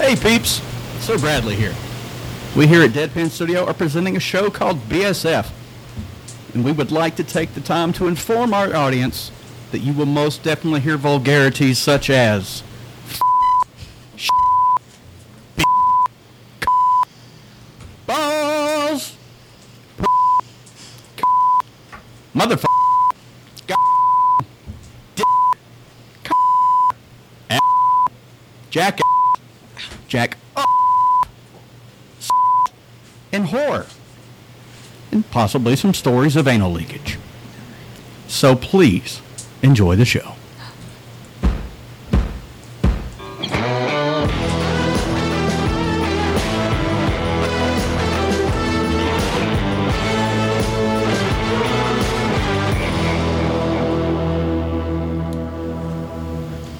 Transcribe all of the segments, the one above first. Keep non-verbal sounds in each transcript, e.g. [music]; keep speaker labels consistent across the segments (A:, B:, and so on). A: Hey peeps, Sir Bradley here. We here at Deadpan Studio are presenting a show called BSF, and we would like to take the time to inform our audience that you will most definitely hear vulgarities such as balls, motherfucker, jack, jack, oh, and whore, and possibly some stories of anal leakage. So please enjoy the show.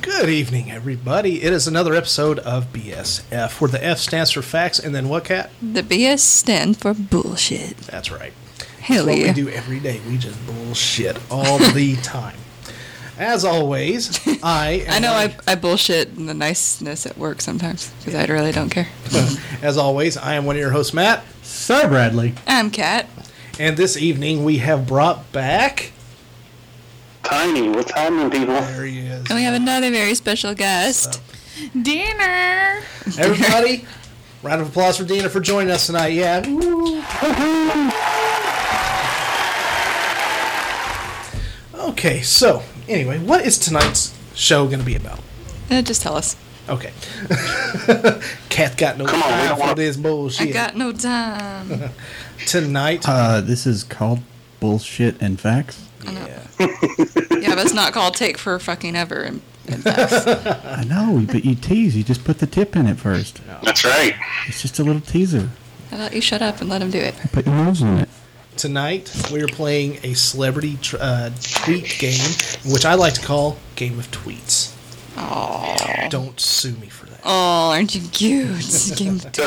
B: Good evening, everybody. It is another episode of BSF, where the F stands for facts, and then what, Cat?
C: The BS stand for bullshit.
B: That's right.
C: Hell
B: That's what
C: yeah.
B: we do every day. We just bullshit all
C: [laughs]
B: the time. As always, I am
C: I know
B: one,
C: I, I bullshit in the niceness at work sometimes because I really don't [laughs] care.
B: As always, I am one of your hosts, Matt,
A: Sir Bradley.
C: I'm Kat.
B: and this evening we have brought back.
D: Tiny, what's happening, people?
B: There he is.
C: And we have another very special guest.
E: Dinner.
B: Everybody, round of applause for Dina for joining us tonight. Yeah. Woo. Okay, so anyway, what is tonight's show going to be about?
C: Uh, just tell us.
B: Okay. [laughs] Cat got no
D: Come on, we
B: time
D: don't
B: for
D: wanna-
B: this bullshit.
C: I got no time.
B: Tonight,
A: Uh, this is called Bullshit and Facts.
B: yeah.
C: [laughs] yeah, but it's not called take for fucking ever. And, [laughs] and that's-
A: I know, but you tease. You just put the tip in it first.
D: That's right.
A: It's just a little teaser.
C: How about you shut up and let him do it?
A: Put your nose on it.
B: tonight we are playing a celebrity tr- uh, tweet game, which I like to call Game of Tweets.
C: Aww.
B: Don't sue me for that.
C: Oh, aren't you [laughs] cute? Game two.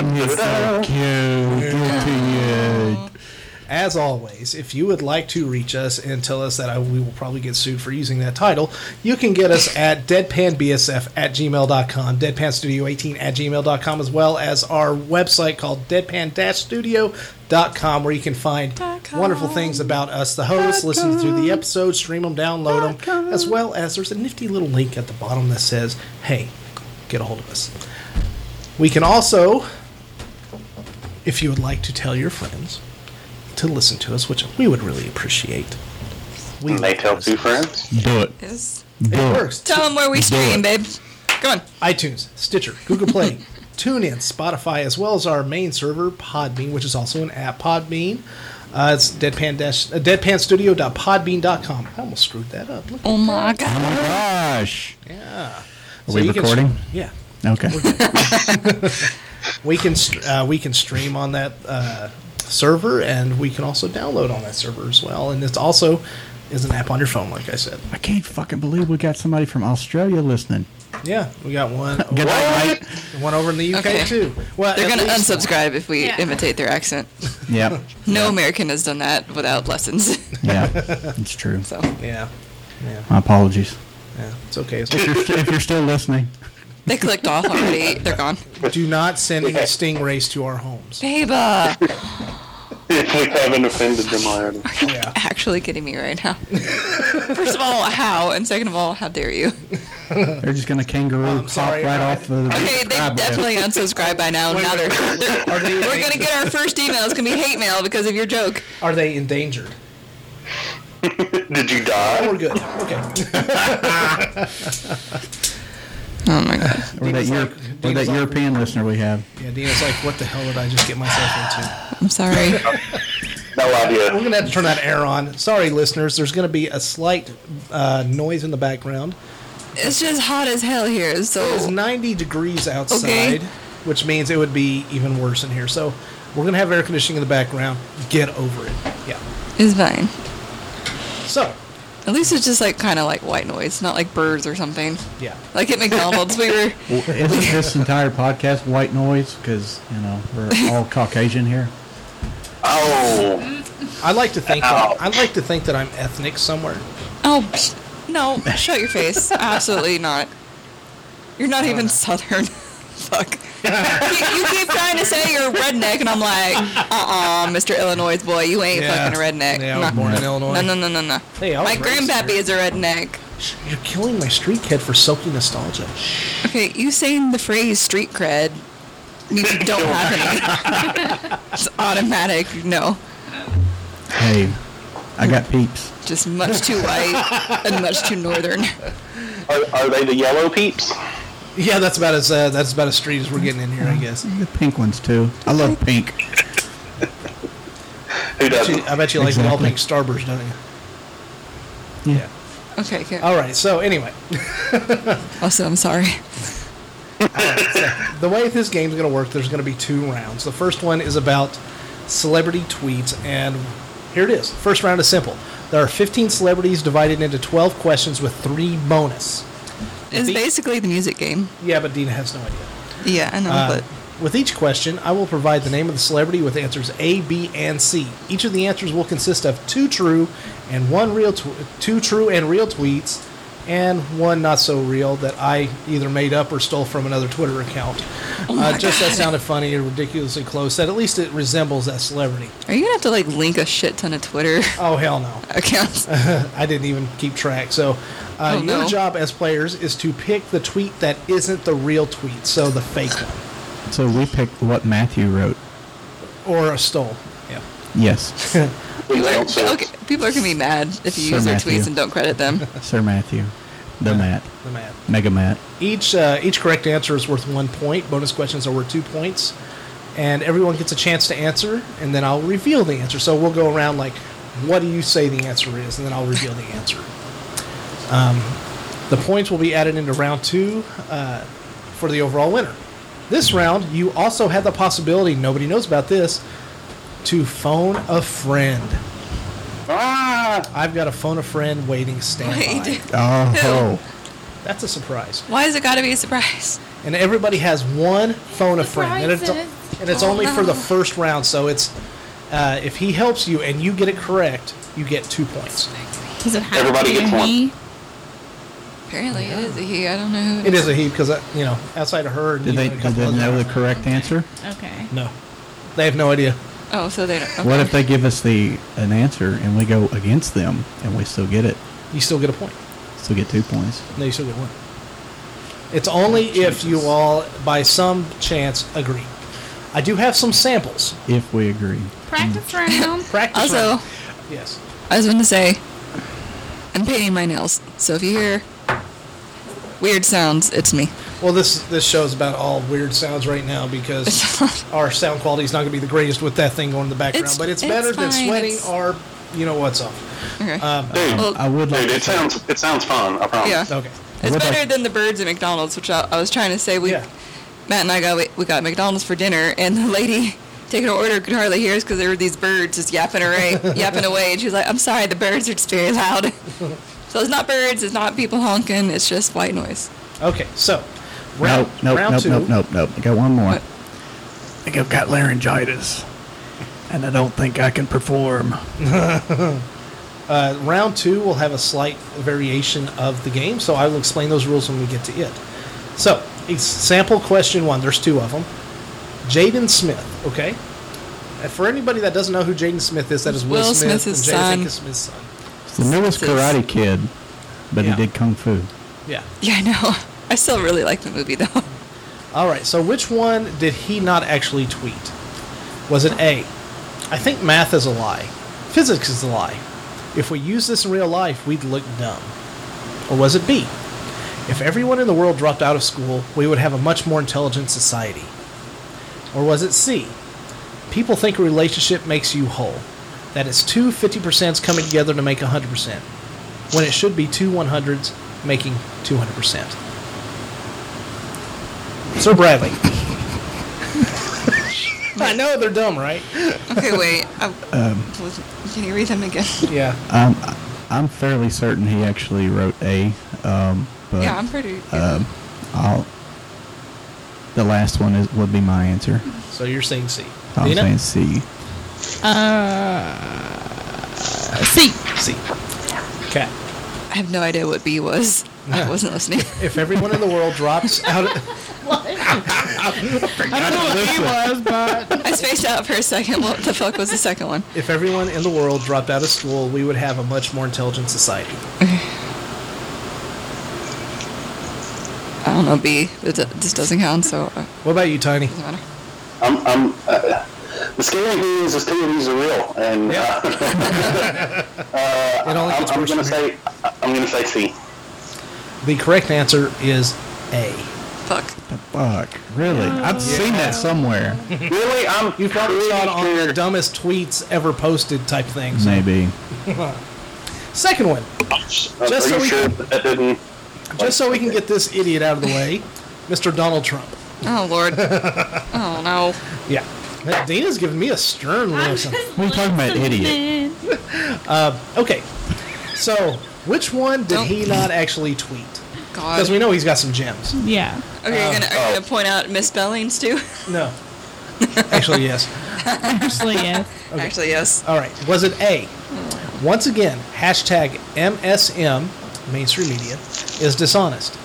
B: As always, if you would like to reach us and tell us that I, we will probably get sued for using that title, you can get us at deadpanbsf at gmail.com, deadpanstudio18 at gmail.com, as well as our website called deadpan-studio.com, where you can find wonderful things about us, the hosts, listen to the episodes, stream them, download them, as well as there's a nifty little link at the bottom that says, hey, get a hold of us. We can also, if you would like to tell your friends, to listen to us, which we would really appreciate. We
D: And they
B: like to
D: tell
B: listen
D: two
B: to us.
D: friends.
A: Do it.
C: Is-
B: It works.
C: Tell him where we stream, babe. Come on.
B: iTunes, Stitcher, Google Play, [laughs] TuneIn, Spotify, as well as our main server, Podbean, which is also an app, Podbean. Uh, it's deadpan dash, uh, deadpanstudio.podbean.com. I almost screwed that up. Look.
C: Oh my god.
A: Oh my gosh.
B: Yeah.
A: Are we
B: you can
A: recording?
B: str- yeah.
A: Okay.
B: We can str- uh, we can stream on that uh, server, and we can also download on that server as well. And it's also is an app on your phone, like I said.
A: I can't fucking believe we got somebody from Australia listening.
B: Yeah, we got
C: [laughs]
B: one.
A: Good night, mate.
B: One over in the UK
C: Okay.
B: too. Well,
C: They're
B: at
C: going to
B: least-
C: unsubscribe if we
E: Yeah.
C: imitate their accent.
A: [laughs] Yep.
C: No American has done that without lessons.
F: [laughs]
C: [laughs]
A: Yeah. It's true.
C: so
B: Yeah, yeah,
A: My apologies.
B: yeah. It's okay. It's
A: If you're, st- if you're still listening,
C: they clicked off already. They're gone.
B: Do not send any stingrays to our
C: [laughs]
B: homes.
C: Baba,
D: If we haven't offended them already.
B: Yeah.
C: actually kidding me right now. First of all, how? And second of all, how dare you?
A: they're just gonna kangaroo
B: I'm
A: hop
B: sorry,
A: right
B: I-
A: off the.
C: Okay, they
A: subscribe list.
C: definitely unsubscribe by now.
B: Wait,
C: now
B: wait,
C: they're,
B: Are they,
C: [laughs] we're gonna get our first email. It's gonna be hate mail because of your joke.
B: are they endangered?
D: [laughs] Did you
B: Oh,
D: die?
B: we're good.
C: [laughs]
B: Okay.
C: Oh my god.
A: Or that, Euro- or that European listener we have.
B: Yeah, Dina's like, what the hell did I just get myself into?
C: I'm sorry.
D: No
B: We're
D: idea.
B: gonna have to turn that air on. Sorry, listeners. There's gonna be a slight uh, noise in the background.
C: It's just hot as hell here.
B: It's
C: So
B: 90 degrees outside,
C: Okay.
B: which means it would be even worse in here. So we're gonna have air conditioning in the background. Get over it. Yeah.
C: it's fine.
B: So,
C: At least it's just like kind of like white noise, not like birds or something.
B: yeah.
C: Like at McDonald's, we were.
A: [laughs] Isn't
F: [laughs]
A: this entire podcast white noise? Because you know we're
F: [laughs]
A: all Caucasian here.
D: Oh,
B: I like to think that,
D: Ow.
B: I like to think that I'm ethnic somewhere.
C: Oh psh, no! Shut your face. Absolutely not. You're not even southern. [laughs] Fuck. you, you keep trying to say you're redneck, and I'm like, uh-uh, Mr. Illinois boy, you ain't
B: Yeah.
C: fucking a redneck.
B: Yeah, I was born in Illinois.
C: No, no, no, no, no.
B: Hey, I was
C: My
B: raised
C: grandpappy
B: here.
C: is a redneck.
B: You're killing my street kid for soaking nostalgia.
C: Okay, you saying the phrase street cred, you don't have any.
B: [laughs]
C: it's automatic. No,
F: Hey, I got peeps.
C: just much too white and much too northern.
D: Are, are they the yellow peeps?
B: Yeah, that's about as uh, that's about as street as we're getting in here, I guess.
F: The pink ones too. I love pink.
D: Who
B: Gee,
D: doesn't?
B: I bet you like the all
F: Exactly.
B: pink starburst, don't you?
F: Yeah.
C: Okay, okay.
B: All right. So anyway, [laughs]
C: Also, I'm sorry.
B: the way this game's going to work, there's going to be two rounds. The first one is about celebrity tweets, and here it is. First round is simple. There are 15 celebrities divided into 12 questions with three bonus.
C: It's
B: The-
C: basically the music game.
B: Yeah, but Dina has no idea.
C: Yeah, I know,
B: Uh,
C: but
B: with each question, I will provide the name of the celebrity with answers A, B, and C. Each of the answers will consist of two true and one real, tw- two true and real tweets, and one not so real that I either made up or stole from another Twitter account.
C: Oh
B: uh, just that sounded funny or ridiculously close. That at least it resembles that celebrity.
C: are you gonna have to like link a shit ton of Twitter [laughs]
B: Oh hell no!
D: [laughs]
C: accounts?
B: I didn't even keep track. So, uh,
C: Oh,
B: your
C: no.
B: job as players is to pick the tweet that isn't the real tweet, so the fake one
F: So we picked what Matthew wrote.
B: or a stole. Yeah.
F: Yes,
D: Who
B: uh,
C: People are,
D: else is?
C: okay, people are gonna be mad if you
F: Sir
C: use their
F: Matthew.
C: tweets and don't credit them.
F: [laughs]
D: [laughs]
F: Sir Matthew, the Matt,
B: The man.
F: Mega Matt.
B: Each uh, each correct answer is worth one point. Bonus questions are worth two points, and everyone gets a chance to answer. And then I'll reveal the answer. So we'll go around like, what do you say the answer is? And then I'll reveal the answer. Um, the points will be added into round two uh, for the overall winner. This round, you also have the possibility. Nobody knows about this. To phone a friend.
D: Ah,
B: I've got a phone a friend waiting standby.
C: Wait.
F: Oh,
B: That's a surprise.
C: Why has it gotta be a surprise?
B: and everybody has one phone a friend, and it's,
G: Surprises.
B: and it's only for the first round. So it's uh, if he helps you and you get it correct, you get two points.
G: Does it have
D: Everybody
G: to be
D: gets one.
G: me?
C: Apparently it is a he. I don't know. Who
B: It is a he because you know outside of her, and
F: did
B: you
F: they
B: and a
F: did
B: couple
F: they
B: other-
F: know the correct answer?
G: Okay.
B: No, they have no idea.
C: Oh, so they don't. Okay.
F: What if they give us the an answer and we go against them and we still get it?
B: You still get a point.
F: Still get two points.
B: No, you still get one. It's only
F: Oh,
B: if you all, by some chance, agree. I do have some samples.
F: If we agree.
G: Practice
C: [laughs]
G: round.
B: Practice.
C: Also,
B: round. yes.
C: I was gonna say, I'm painting my nails. So if you hear weird sounds, it's me.
B: Well, this this show's about all weird sounds right now because our sound quality is not going to be the greatest with that thing going in the background.
C: It's-
B: but it's
C: it's
B: better than
C: fine,
B: sweating
C: it's-
B: or you know what's up.
C: Okay.
B: Um,
D: dude,
C: Well,
F: I would like
D: dude, it sounds it sounds fun. I promise.
C: yeah.
B: okay.
C: It's
F: What
C: better
F: about-
C: than the birds at McDonald's, which I, I was trying to say. We,
B: Yeah.
C: Matt and I got we, we got McDonald's for dinner, and the lady [laughs] taking her order could hardly hear us because there were these birds just yapping [laughs] away, yapping away, and she's like, "I'm sorry, the birds are just very loud." [laughs] so it's not birds, it's not people honking, it's just white noise.
B: Okay. So round
F: Nope, nope,
B: round
F: nope,
B: two.
F: nope, nope, nope. I got one more.
C: What?
F: I think I've got laryngitis, and I don't think I can perform.
B: Uh, round two will have a slight variation of the game, so I will explain those rules when we get to it. So, it's sample question one. There's two of them. Jaden Smith. Okay. And For anybody that doesn't know who Jaden Smith is, that is Will,
C: Will
B: Smith
C: Smith's
B: and Jada
C: son.
B: Pinkett Smith's son.
F: It's the newest
C: It's-
F: Karate Kid, but
B: Yeah.
F: he did kung fu.
B: Yeah.
C: Yeah, I know. I still really like the movie though.
B: All right, so which one did he not actually tweet? Was it A? I think math is a lie. Physics is a lie. If we use this in real life, we'd look dumb. Or was it B? If everyone in the world dropped out of school, we would have a much more intelligent society. Or was it C? People think a relationship makes you whole. That is two 50%s coming together to make 100%, when it should be two 100s making 200%. Sir Bradley. I know they're dumb, right?
C: [laughs] Okay, wait. I, was- can you read them again?
B: Yeah.
F: Um, I- I'm fairly certain he actually wrote A, um, but
C: [laughs] yeah, I'm pretty.
F: um, I'll. The last one is would be my answer.
B: So you're saying C.
F: I'm saying
B: Dina?
F: C.
G: See.
B: C. Cat.
C: I have no idea [laughs] what B was. I wasn't listening.
B: If everyone in the world drops out,
F: I don't know what he was, but
C: I spaced out for a second. What the fuck was the second one?
B: [laughs] If everyone in the world dropped out of school, we would have a much more intelligent society.
C: I don't know, B. It do- this doesn't count, so uh,
B: What about you, Tiny?
C: doesn't matter.
D: I'm, I'm, uh, the scary thing is, is two of these are real, and uh,
B: It only
D: I'm,
B: gets
D: I'm
B: worse
D: going to
B: from here.
D: say, I'm going to say C.
B: the correct answer is A.
C: Fuck.
F: fuck, really? I've seen that somewhere.
D: Really, I'm.
B: You probably
D: pretty
B: saw it on
D: sure-
B: your dumbest tweets ever posted type things.
F: Maybe.
B: Second one,
D: I'm
B: just so
D: uh, pretty
B: we
D: sure
B: can-
D: that didn't.
B: just so we can get this idiot out of the way, Mr. Donald Trump.
C: Oh
B: [laughs]
C: lord. oh no.
B: Yeah. That- Dana's giving me a stern
G: I'm
B: look.
G: just
F: We're talking about idiot.
G: listening.
B: Okay, so which one did
C: Don't-
B: he not actually tweet?
C: God.
B: Because we Oh. know he's got some gems.
G: Yeah.
C: Okay, you're gonna, are you gonna point out misspellings too?
B: No. [laughs] Actually, yes.
G: Actually, yes.
C: Actually, yes.
B: All right. Was it A? Once again, hashtag MSM, mainstream media, is dishonest.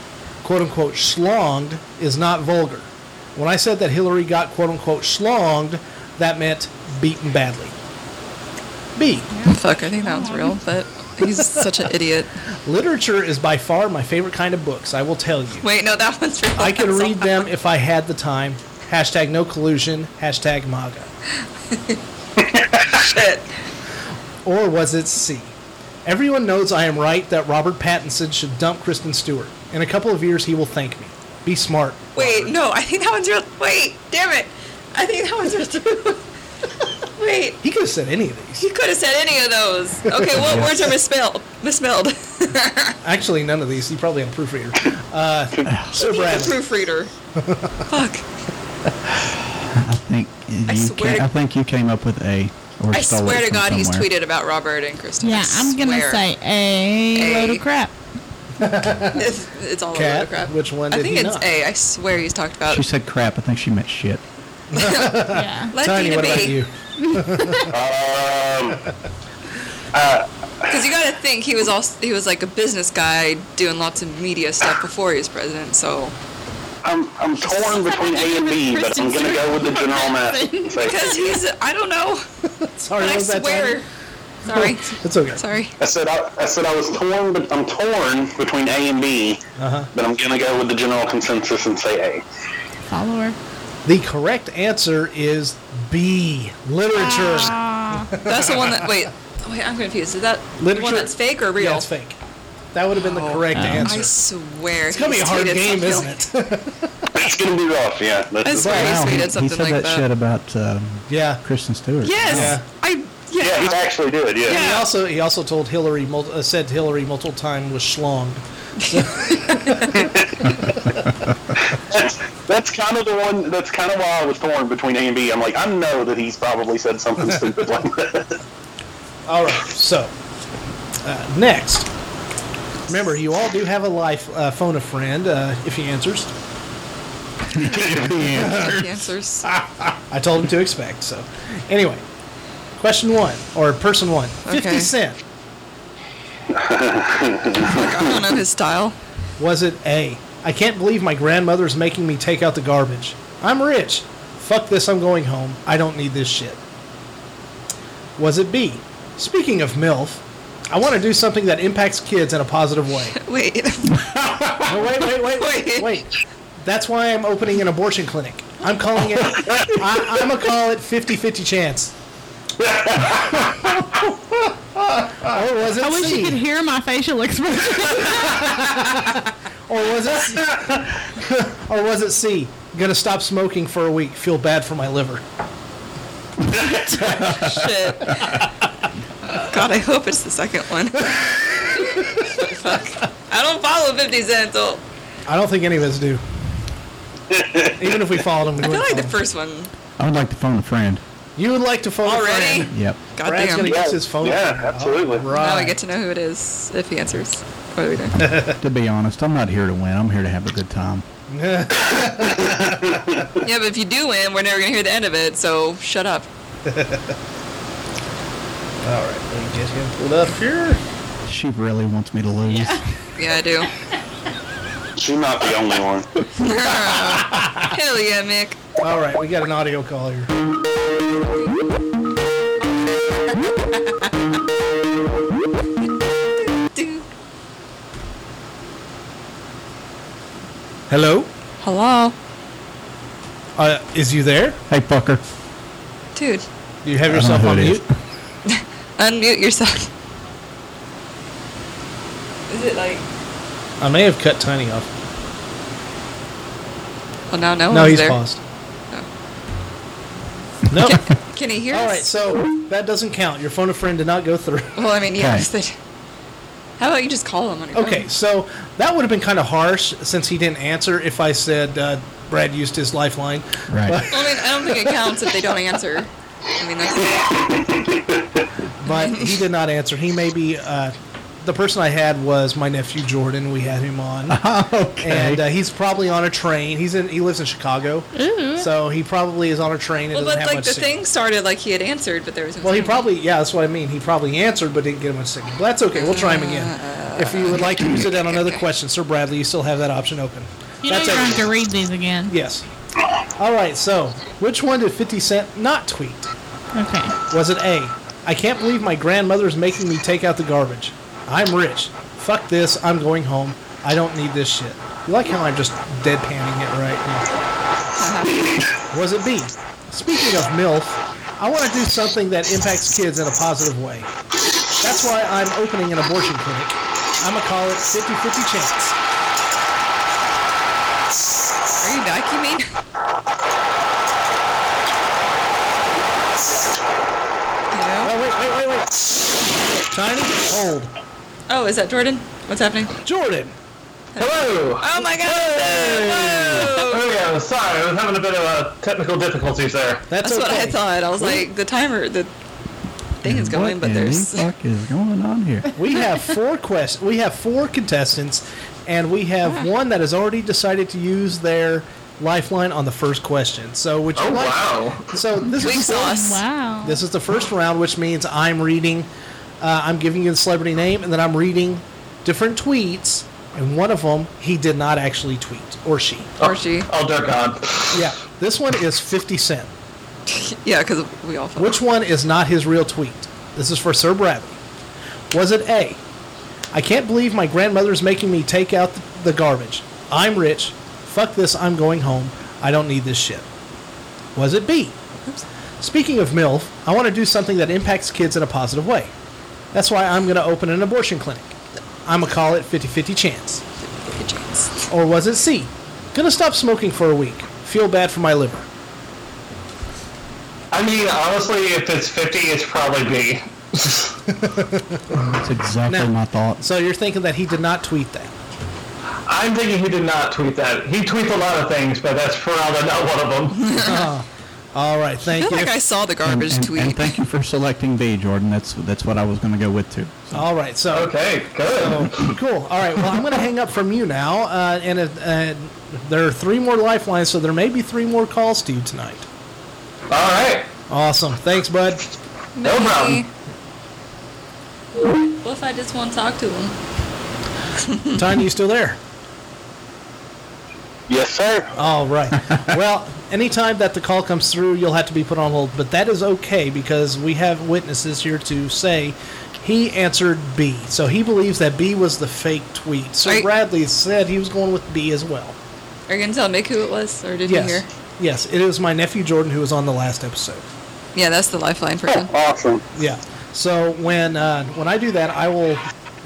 B: Quote unquote, schlonged is not vulgar. When I said that Hillary got quote unquote schlonged, that meant beaten badly. B.
C: Fuck. I think that one's real, but he's such an idiot.
B: Literature is by far my favorite kind of books, I will tell you.
C: Wait, no, that one's real.
B: I could read them if I had the time. Hashtag no collusion, hashtag MAGA.
C: Shit.
B: Or was it C? Everyone knows I am right that Robert Pattinson should dump Kristen Stewart. In a couple of years, he will thank me. Be smart.
C: [laughs] Wait, no, I think that one's real. Wait, damn it. I think that one's real too. [laughs] Wait,
B: He could have said any of these.
C: you could have said any of those.
B: [laughs]
C: Okay, what words are misspelled? Misspelled.
B: Actually, none of these. He probably had a proofreader.
C: [laughs]
B: Uh, so
C: [laughs] The
B: Bradley, [laughs]
C: proofreader. Fuck.
F: I think you
C: I swear
F: ca-
C: to-
F: I think you came up with A. Or
C: I
F: stole it
C: swear to
F: from
C: God, he's
F: somewhere.
C: tweeted about Robert and Kristen.
G: Yeah,
C: I
G: I'm gonna
C: swear. [laughs]
G: say a,
C: A.
G: load
C: [laughs]
G: of crap.
C: It's, it's all
B: Cat,
C: over the crap.
B: which one
C: I
B: did
C: think
B: he
C: it's
B: not?
C: A. I swear he's talked about.
F: She said crap. I think she meant shit.
G: Yeah.
C: Let
B: Tiny,
C: Dina
B: what
C: be.
B: about you?
D: Um,
C: Because you got to think he was also he was like a business guy doing lots of media stuff before he was president. So
D: I'm, I'm torn between A and B, but I'm going to go with the general
B: [laughs]
D: math. and say-
C: because he's I don't know,
B: Sorry, what
C: but I
B: was Oh, that?
C: swear.
B: Tiny?
C: Sorry,
B: It's okay.
C: sorry.
D: I said I, I said I was torn, but I'm torn between A and B,
H: Uh-huh.
D: but I'm going to go with the general consensus and say A.
G: Follower.
B: The correct answer is B. Literature.
G: Ah.
C: That's the one that wait wait I'm confused. Is that the
B: Literature.
C: one that's fake or real? Oh,
B: Yeah, it's fake. That would have been the correct answer.
C: I swear.
B: It's gonna be a hard game, isn't [laughs] it?
D: It's going to be rough, yeah. This
C: That's
D: is-
C: right.
F: Wow,
C: tweeted
F: he, he
C: something
F: said
C: like
F: that,
C: that.
F: shit about um,
B: yeah.
F: Kristen Stewart.
C: Yes,
B: Yeah.
C: I yeah.
D: Yeah, he actually did, yeah.
B: He
C: Yeah.
B: also he also told Hillary mul- uh, said Hillary multiple time was schlonged.
D: That's, that's kind of the one, that's kind of why I was torn between A and B. I'm like, I know that he's probably said
H: [laughs]
D: something stupid like that.
B: All right, so uh, next, remember you all do have a life uh, phone a friend uh, if he answers.
C: Answers.
B: I told him to expect. So anyway, question one or person one. Fifty
C: Okay.
B: Cent
C: I don't know his style.
B: was it A? I can't believe my grandmother's making me take out the garbage. I'm rich. Fuck this. I'm going home. I don't need this shit. Was it B? Speaking of MILF, I want to do something that impacts kids in a positive way.
C: Wait,
B: No, [laughs] wait, wait, wait, wait,
C: Wait.
B: wait. That's why I'm opening an abortion clinic. I'm calling it. I, I'm gonna call it 50-50 chance. or was it
G: I wish
B: C?
G: you could hear my facial
C: [laughs]
G: expression.
B: or was it? C? [laughs] or was it C? Gonna stop smoking for a week. Feel bad for my liver.
C: shit. God, I hope it's the second one. Fuck. I don't follow 50 Cent though.
B: I don't think any of us
D: [laughs]
B: do. Even if we followed him, we
C: I feel
B: wouldn't
C: like the
B: follow him.
C: first one
F: I would like to phone a friend.
B: You would like to follow
C: already.
B: Fran.
C: [laughs]
F: Yep.
C: God
B: Brad's
C: damn.
B: gonna
D: Yeah,
B: use his phone.
D: yeah, absolutely.
B: Right.
C: Now I get to know who it is if he answers. What
B: [laughs]
C: are we doing?
F: to be honest, I'm not here to win. I'm here to have a good time.
C: yeah, but if you do win, we're never gonna hear the end of it. So shut up.
B: All right, let me get him pulled up here.
F: She really wants me to lose.
C: Yeah, I do.
D: She's not the only one.
C: Hell yeah, Mick.
B: All right, we got an audio call here.
C: Do-
B: Hello,
C: Hello,
B: uh, is you there?
F: Hey, fucker.
C: dude.
B: Do you have yourself
F: know
B: on
F: who it is.
B: mute?
C: Unmute yourself. Is it like?
B: I may have cut Tiny off.
C: Well, now no
B: no,
C: one's
B: he's
C: Oh, there.
B: paused. No.
C: Can he hear
B: All
C: us?
B: right, so that doesn't count. Your phone a friend did not go through.
C: Well, I mean, yeah.
F: Right.
C: it's that- [laughs] How about you just call him on your
G: Mm.
B: Okay, so that would have been kind of harsh since he didn't answer if I said uh, Brad used his lifeline.
F: Right.
C: phone? Well, [laughs] I mean, I don't think it counts if they don't answer. I mean, that's,
B: but he did not answer. He may be. Uh, the person I had was my nephew Jordan. We had him on,
G: [laughs]
F: okay.
B: and uh, he's probably on a train. He's in. He lives in Chicago, so he probably is on a train. And
C: well,
B: doesn't
C: but
B: have
C: like
B: much
C: the
B: signal.
C: thing started like he had answered, but there was. No
B: Well, he
C: signal.
B: probably. Yeah, that's what I mean. He probably answered, but didn't get much signal. But that's okay. We'll try him again. If you would like
C: Uh,
B: to use it on another question, Sir Bradley, you still have that option open.
G: You know
B: That's
G: you're
B: it.
G: going to read these again.
B: Yes. All right. So, which one did Fifty Cent not tweet?
G: Okay.
B: Was it A? I can't believe my grandmother's making me take out the garbage. I'm rich. Fuck this. I'm going home. I don't need this shit. You like how I'm just deadpanning it right now? Was it B? Speaking of MILF, I want to do something that impacts kids in a positive way. That's why I'm opening an abortion clinic. I'm going to call it 50 50 chance.
C: Are you vacuuming? You know?
B: Oh, wait, wait, wait, wait. Tiny, hold.
C: Oh, is that Jordan? What's happening?
B: Jordan.
H: Hello!
C: Oh my God! Whoa!
H: Oh yeah, sorry, I was having a bit of uh, technical difficulties there.
B: That's,
C: That's
B: okay.
C: what I thought. I was like, the timer, the thing is going, but
F: what in the
C: [laughs] there's.
F: fuck is going on here?
B: We have four quest. We have four contestants, and we have one that has already decided to use their lifeline on the first question. So, would you
H: Oh
B: like?
H: wow!
B: So this
C: Weak
B: is the-
C: sauce.
G: Wow.
B: this is the first round, which means I'm reading. Uh, I'm giving you the celebrity name, and then I'm reading different tweets. And one of them, he did not actually tweet, or she.
C: Or she.
H: Oh dear God!
B: Yeah, this one is 50 Cent.
C: Yeah, because we all fell.
B: Which one is not his real tweet? This is for Sir Bradley. Was it A? I can't believe my grandmother's making me take out th- the garbage. I'm rich. Fuck this. I'm going home. I don't need this shit. Was it B? Speaking of MILF, I want to do something that impacts kids in a positive way. That's why I'm going to open an abortion clinic. I'm going to call it 50 50 chance.
C: Good chance.
B: Or was it C? Gonna stop smoking for a week. Feel bad for my liver.
H: I mean, honestly, if it's fifty, it's probably B.
C: [laughs]
F: That's exactly
B: Now-
F: my thoughts.
B: So you're thinking that he did not tweet that.
H: I'm thinking he did not tweet that. He tweets a lot of things, but that's probably not one of them.
B: All right,
C: I
B: thank
C: feel
B: you.
C: like I saw the
F: And,
C: garbage
F: and-
C: tweet.
F: and thank you for selecting B, Jordan. That's that's what I was going to go with too.
B: All right, so
H: Okay, good.
B: cool. All right, well, I'm going to hang up from you now, uh, and if, uh, there are three more lifelines, so there may be three more calls to you tonight.
H: All right,
B: Awesome, thanks, bud.
H: no problem.
C: What if I just want to talk to him?
B: Tiny, you still there?
D: Yes, sir.
B: All
H: [laughs]
B: right. Well, anytime that the call comes through, you'll have to be put on hold, but that is okay because we have witnesses here to say he answered B, so he believes that B was the fake tweet. So
C: Right.
B: Bradley said he was going with B as well.
C: Are you gonna tell Mick who it was, or did you
B: Yes,
C: hear?
B: yes, it is my nephew Jordan who was on the last episode.
C: Yeah, that's the lifeline
B: Oh.
C: for him.
D: Awesome.
B: Yeah. So when uh, when I do that, I will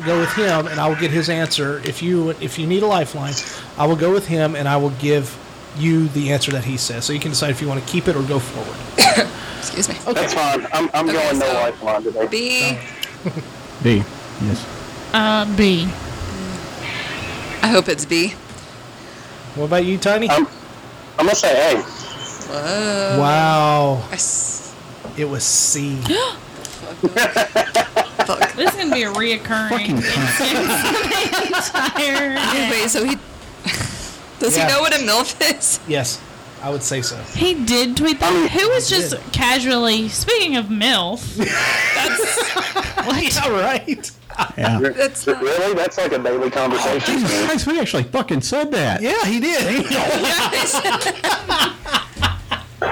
B: go with him and I will get his answer. If you if you need a lifeline, I will go with him and I will give you the answer that he says. So you can decide if you want to keep it or go forward.
C: Excuse me.
D: That's fine. I'm, I'm
C: Okay,
D: going no
C: so-
D: lifeline today.
C: B.
F: B. Yes.
G: Uh, B.
C: I hope it's B.
B: What about you, Tiny?
D: I'm, I'm gonna say A.
B: Oh.
C: Whoa.
B: Wow,
C: I s-
B: it was [gasps] C.
C: Fuck.
G: This is going to be a reoccurring.
F: Fucking cunt.
G: [laughs] entire-
C: Wait, so he [laughs] does
B: Yeah.
C: he know what a milf is? [laughs]
B: yes, I would say [laughs] so.
G: He did tweet that. Who was just
B: [laughs]
G: casually speaking of MILF? That's like
B: All right.
F: [laughs] Yeah.
C: That's not,
D: Really? That's like a daily
H: Oh,
D: conversation.
F: Jesus
D: man.
F: Christ, we actually fucking said that.
B: Yeah, he did. All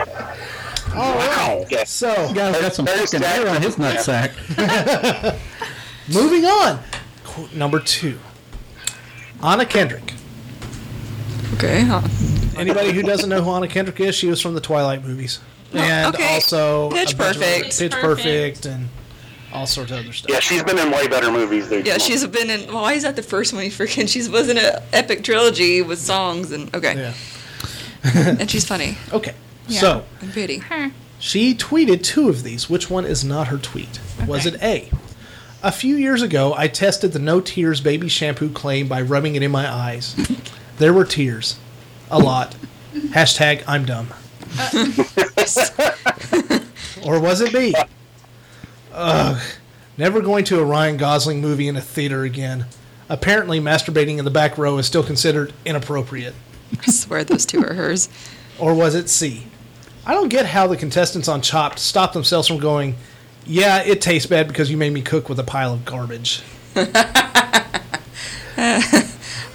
B: right. [laughs]
D: Yeah.
B: So,
F: Guy's got some
D: There's
F: fucking
D: that.
F: hair on his nutsack.
B: moving on. Quote number two Anna Kendrick.
C: [laughs] okay. huh.
B: Anybody who doesn't know who Anna Kendrick is, she was from the Twilight movies. And
C: Oh, okay.
B: also a
C: Pitch
B: bunch of other-
C: Perfect.
B: Pitch
G: Pitch
B: Perfect and all sorts of other stuff.
D: Yeah, she's been in way better movies, dude.
C: Yeah,
D: Come on.
C: she's been in. Well, why is that the first one? You freaking. She's was in an epic trilogy with songs and okay.
B: Yeah.
C: And she's funny
B: Okay.
G: Yeah.
B: So,
C: and pretty.
G: Her.
B: She tweeted two of these. Which one is not her tweet? Was it A? A few years ago, I tested the No Tears baby shampoo claim by rubbing it in my eyes. there were tears. A lot. Hashtag I'm dumb. or was it B? Ugh. Never going to a Ryan Gosling movie in a theater again. Apparently, masturbating in the back row is still considered inappropriate.
C: I swear those two are hers.
B: Or was it C? I don't get how the contestants on Chopped stopped themselves from going, Yeah, it tastes bad because you made me cook with a pile of garbage.
C: Oh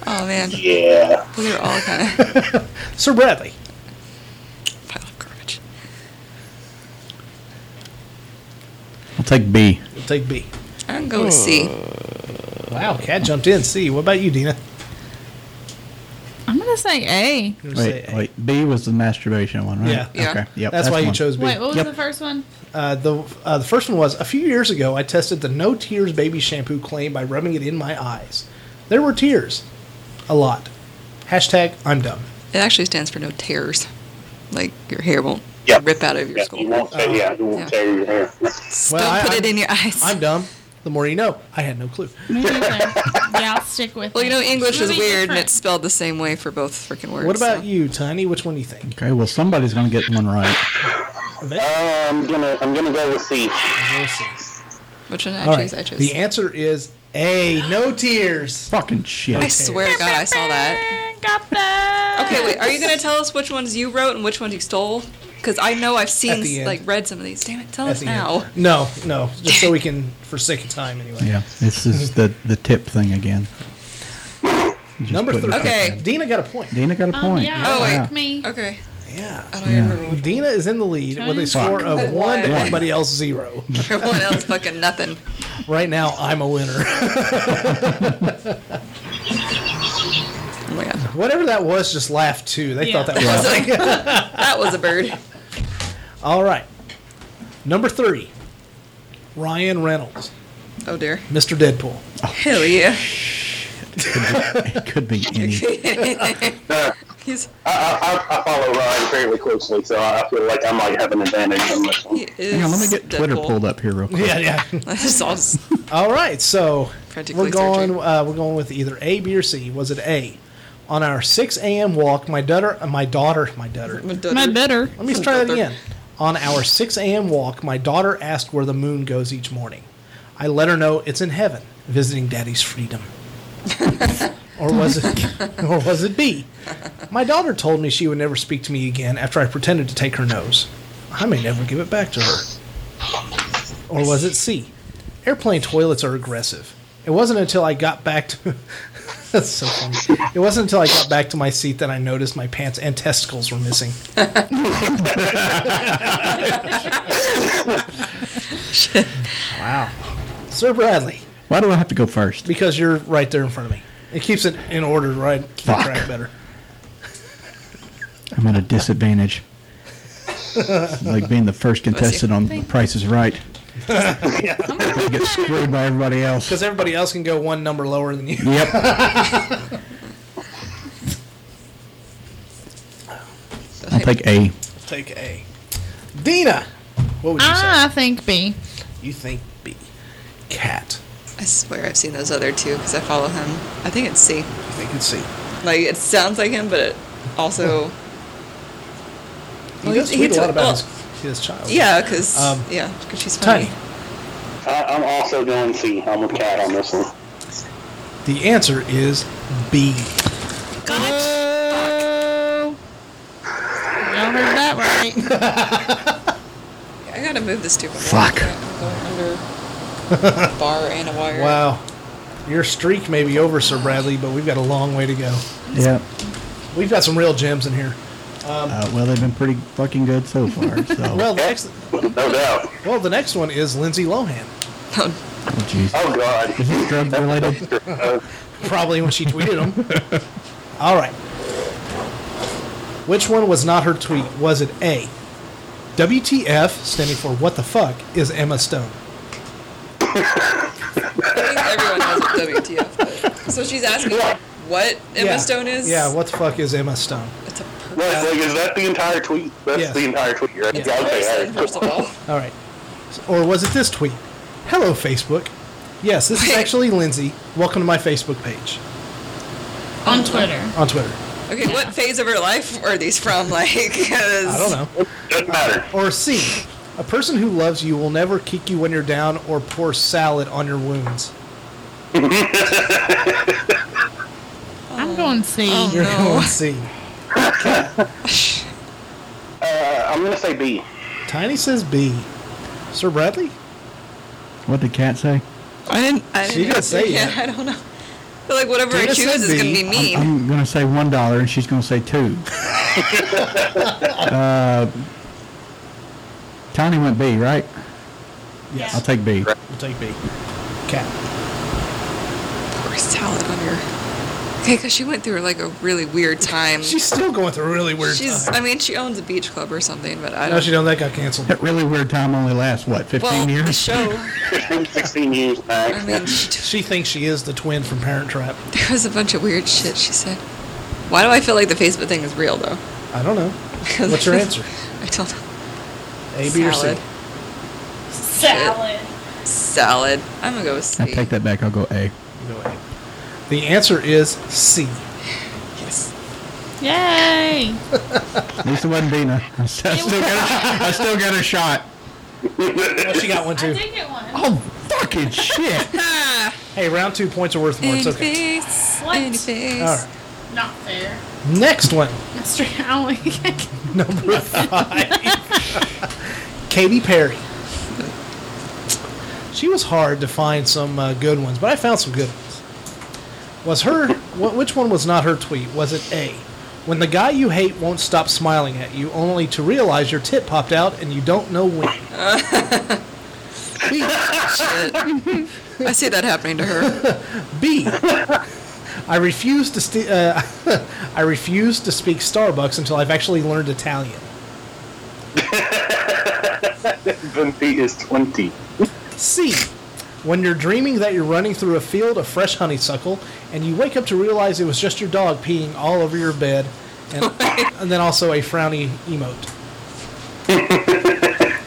C: man,
D: Yeah.
C: they're all kind of
B: Sir Bradley,
C: pile of garbage.
F: I'll take B.
B: we'll take B.
C: I can go with
B: Oh.
C: C.
B: Wow, Cat jumped in. C. What about you, Dina?
G: I'm gonna say A.
B: You're gonna
F: Wait,
B: say A.
F: wait. B was the masturbation one, right?
B: Yeah.
C: Yeah.
F: Okay. Yep,
B: that's, why you
F: one.
B: chose B.
G: Wait, what was
F: Yep.
G: the first one?
B: Uh, the uh, the first one was a few years ago. I tested the No Tears baby shampoo claim by rubbing it in my eyes. There were tears, a lot. Hashtag I'm dumb.
C: It actually stands for no tears. Like your hair won't
D: Yeah.
C: rip out of your
D: Yeah,
C: skull.
D: you won't, tear- yeah, you won't
C: Yeah.
D: tear your hair. [laughs]
C: Just
B: Well,
C: don't
B: I-
C: put
B: I'm-
C: it in your eyes.
B: I'm dumb. The more you know. I had no clue.
G: Me
C: [laughs]
G: neither. yeah, I'll stick with.
C: well, you know,
G: it.
C: English is
G: Really
C: weird, and
G: different.
C: it's spelled the same way for both freaking words.
B: What about
C: so.
B: you, Tiny? Which one do you think?
F: Okay, well, somebody's going to get one right.
D: I'm gonna I'm gonna go with C.
B: We'll see.
C: Which one
B: All
C: I
B: right.
C: choose? I chose.
B: The answer is A. No
C: [gasps]
B: tears.
F: Fucking
C: I
F: shit.
C: swear to God, I saw that.
G: Got that.
C: Okay, wait. Are you gonna tell us which ones you wrote and which ones you stole? Because I know I've
B: At
C: seen,
B: the end.
C: like, read some of these. Damn it! Tell
B: At
C: us
B: the
C: now.
B: end. No, no. Just so we can, for sake of time, anyway.
F: Yeah, this is the, the tip thing again. Just
B: Number
F: putting
B: three.
F: the tip
C: Okay.
F: in.
B: Dina got a point.
F: Dina got a
G: Um,
F: point.
G: yeah,
C: Oh,
G: fuck
C: wait.
G: me.
C: Okay.
B: Yeah.
C: I don't even remember which
B: Dina is in the lead with a
G: Fuck.
B: score of
C: Good
B: one to
C: one.
B: everybody else zero.
C: Everyone else fucking nothing.
B: Right now, I'm a winner. [laughs]
C: Oh my god.
B: Whatever that was, just laughed too. They
G: Yeah.
B: thought that was.
C: It's like, that was a bird.
B: All right. Number three Ryan Reynolds,
C: Oh dear.
B: Mr. Deadpool.
C: Hell yeah.
F: [laughs] It could be any.
C: He's
D: I, I, I- I follow Ryan fairly closely, so I feel like I might have an advantage on this one.
C: he is.
F: Hang on, let me get Twitter
C: [laughs]
F: pulled up here real quick.
B: Yeah, yeah. [laughs]
C: That's all. Just,
B: All right, so
C: Frantic
B: we're
C: leaf
B: going.
C: surgery.
B: Uh, we're going with either A, B, or C. Was it A? On our 6 a.m. walk, my daughter, uh, my daughter, my daughter.
C: I'm a
G: Am I
C: dudder.
G: better?
B: Let me try that
C: daughter.
B: again. On our 6 a.m. walk, my daughter asked where the moon goes each morning. I let her know it's in heaven, visiting Daddy's freedom. or was it? Or was it B? My daughter told me she would never speak to me again after I pretended to take her nose. I may never give it back to her. Or was it C? Airplane toilets are aggressive. It wasn't until I got back to [laughs] That's so funny. It wasn't until I got back to my seat that I noticed my pants and testicles were missing. wow. Sir Bradley,
F: Why do I have to go first?
B: because you're right there in front of me. It keeps it in order right keep
F: Fuck.
B: track better.
F: I'm at a disadvantage. It's like being the first contestant on The Price is Right. I get screwed by everybody else.
B: Because everybody else can go one number lower than you. [laughs]
F: Yep. I'll take A.
B: Take A. Dina, what would you
G: Ah,
C: Ah.
G: I think B.
B: say? You think B. Cat.
C: I swear I've seen those other two because I follow him. I think it's C.
B: You think it's C.
C: Like it sounds like him, but it
B: Oh,
C: also.
B: He does
C: he-
B: tweet
C: he
B: a lot
C: took-
B: about
C: well,
B: his, his child.
C: Yeah, because
B: Um,
C: yeah, 'cause she's funny.
B: Tiny.
D: I, I'm also going C. I'm with Cat on this one.
B: The answer is B.
G: Oh. Y'all heard that
C: [laughs]
G: right.
C: I gotta move this stupid.
F: Fuck.
C: I'm going under.
B: [laughs]
C: bar and a wire.
B: Wow. Your streak may be over, Sir Bradley, but we've got a long way to go.
F: Yeah.
B: We've got some real gems in here.
F: Uh, well, they've been pretty fucking good so far. So.
B: [laughs] Well, the
D: Heck,
B: next,
D: no doubt.
B: well, the next one is Lindsay Lohan.
F: oh, jeez.
D: Oh God.
F: Is this drug related?
B: Probably when she tweeted them. All right. Which one was not her tweet? Was it A? WTF, standing for what the fuck, is Emma Stone?
C: I think everyone knows what WTF. But, so she's asking what Emma
B: Yeah.
C: Stone is.
B: Yeah, what the fuck is Emma Stone?
C: It's a person.
D: Like, like, is that the entire tweet? That's
B: Yes.
D: the entire tweet, right?
C: It's
D: Yeah,
C: a
D: okay, all
C: person,
D: right.
C: first of all.
B: All right. Or was it this tweet? Hello, Facebook. Yes, this is
C: Wait.
B: actually Lindsay. Welcome to my Facebook page
G: On Twitter.
B: on Twitter.
C: Okay, what phase of her life are these from? [laughs] Like, 'cause-
B: I don't know.
D: Doesn't matter.
B: Or C, a person who loves you will never kick you when you're down or pour salad on your wounds.
G: I'm going to see.
C: Oh.
B: You're
C: No.
B: going C.
D: Uh, I'm gonna say B. [laughs]
B: Tiny says B. Sir Bradley?
F: What did Kat say?
C: I didn't. I didn't
B: She didn't say
C: [laughs] Yeah,
B: yet.
C: I don't know. But like whatever I
B: Dana
C: choose is
B: said
C: gonna
B: B.
C: be mean.
F: I'm gonna say one dollar, and she's gonna say two. uh, Tiny went B, right?
B: Yes.
F: I'll take B.
B: We'll take B. Cat.
C: Pour salad on your. Okay, because she went through like a
B: [laughs]
C: really weird time.
B: She's still going through a really weird
C: She's.
B: time.
C: I mean, she owns a beach club or something, but I
B: No,
C: don't.
B: she don't. That got canceled.
F: That really weird time only lasts what, 15
C: well, the
F: years?
C: show.
D: 15, 16 years
C: I
D: max.
C: mean, she,
B: She thinks she is the twin from Parent Trap.
C: [laughs] there was a bunch of weird shit she said. Why do I feel like the Facebook thing is real though? [laughs]
B: I don't know. What's your answer?
C: I don't know.
B: A, B, or C?
C: Salad. Salad. Salad. I'm gonna go with C.
F: I take that back. I'll go A.
B: You go A. The answer is C.
C: Yes.
G: Yay!
F: At least it wasn't Dina. I still, I still got, a, I still got a shot.
B: Oh, she got one
G: I
B: too.
G: did get one.
F: Oh, fucking shit!
C: [laughs]
B: Hey, round two points are worth more. Oh, It's
C: Any
B: okay.
C: face.
G: What?
C: Any face.
B: All right.
G: Not fair.
B: Next one.
G: Mr. [laughs] Howling.
B: Number five. Katy Perry. She was hard to find some uh, good ones, but I found some good ones. Was her wh- which one was not her tweet? Was it A? When the guy you hate won't stop smiling at you, only to realize your tit popped out and you don't know when. B,
C: Shit. I see that happening
B: [laughs]
C: to her.
B: B. I refuse to sti uh, [laughs] I refuse to speak Starbucks until I've actually learned Italian.
D: Then B is 20.
B: C. When you're dreaming that you're running through a field of fresh honeysuckle and you wake up to realize it was just your dog peeing all over your bed,
C: [laughs]
B: and, and then also a frowny emote.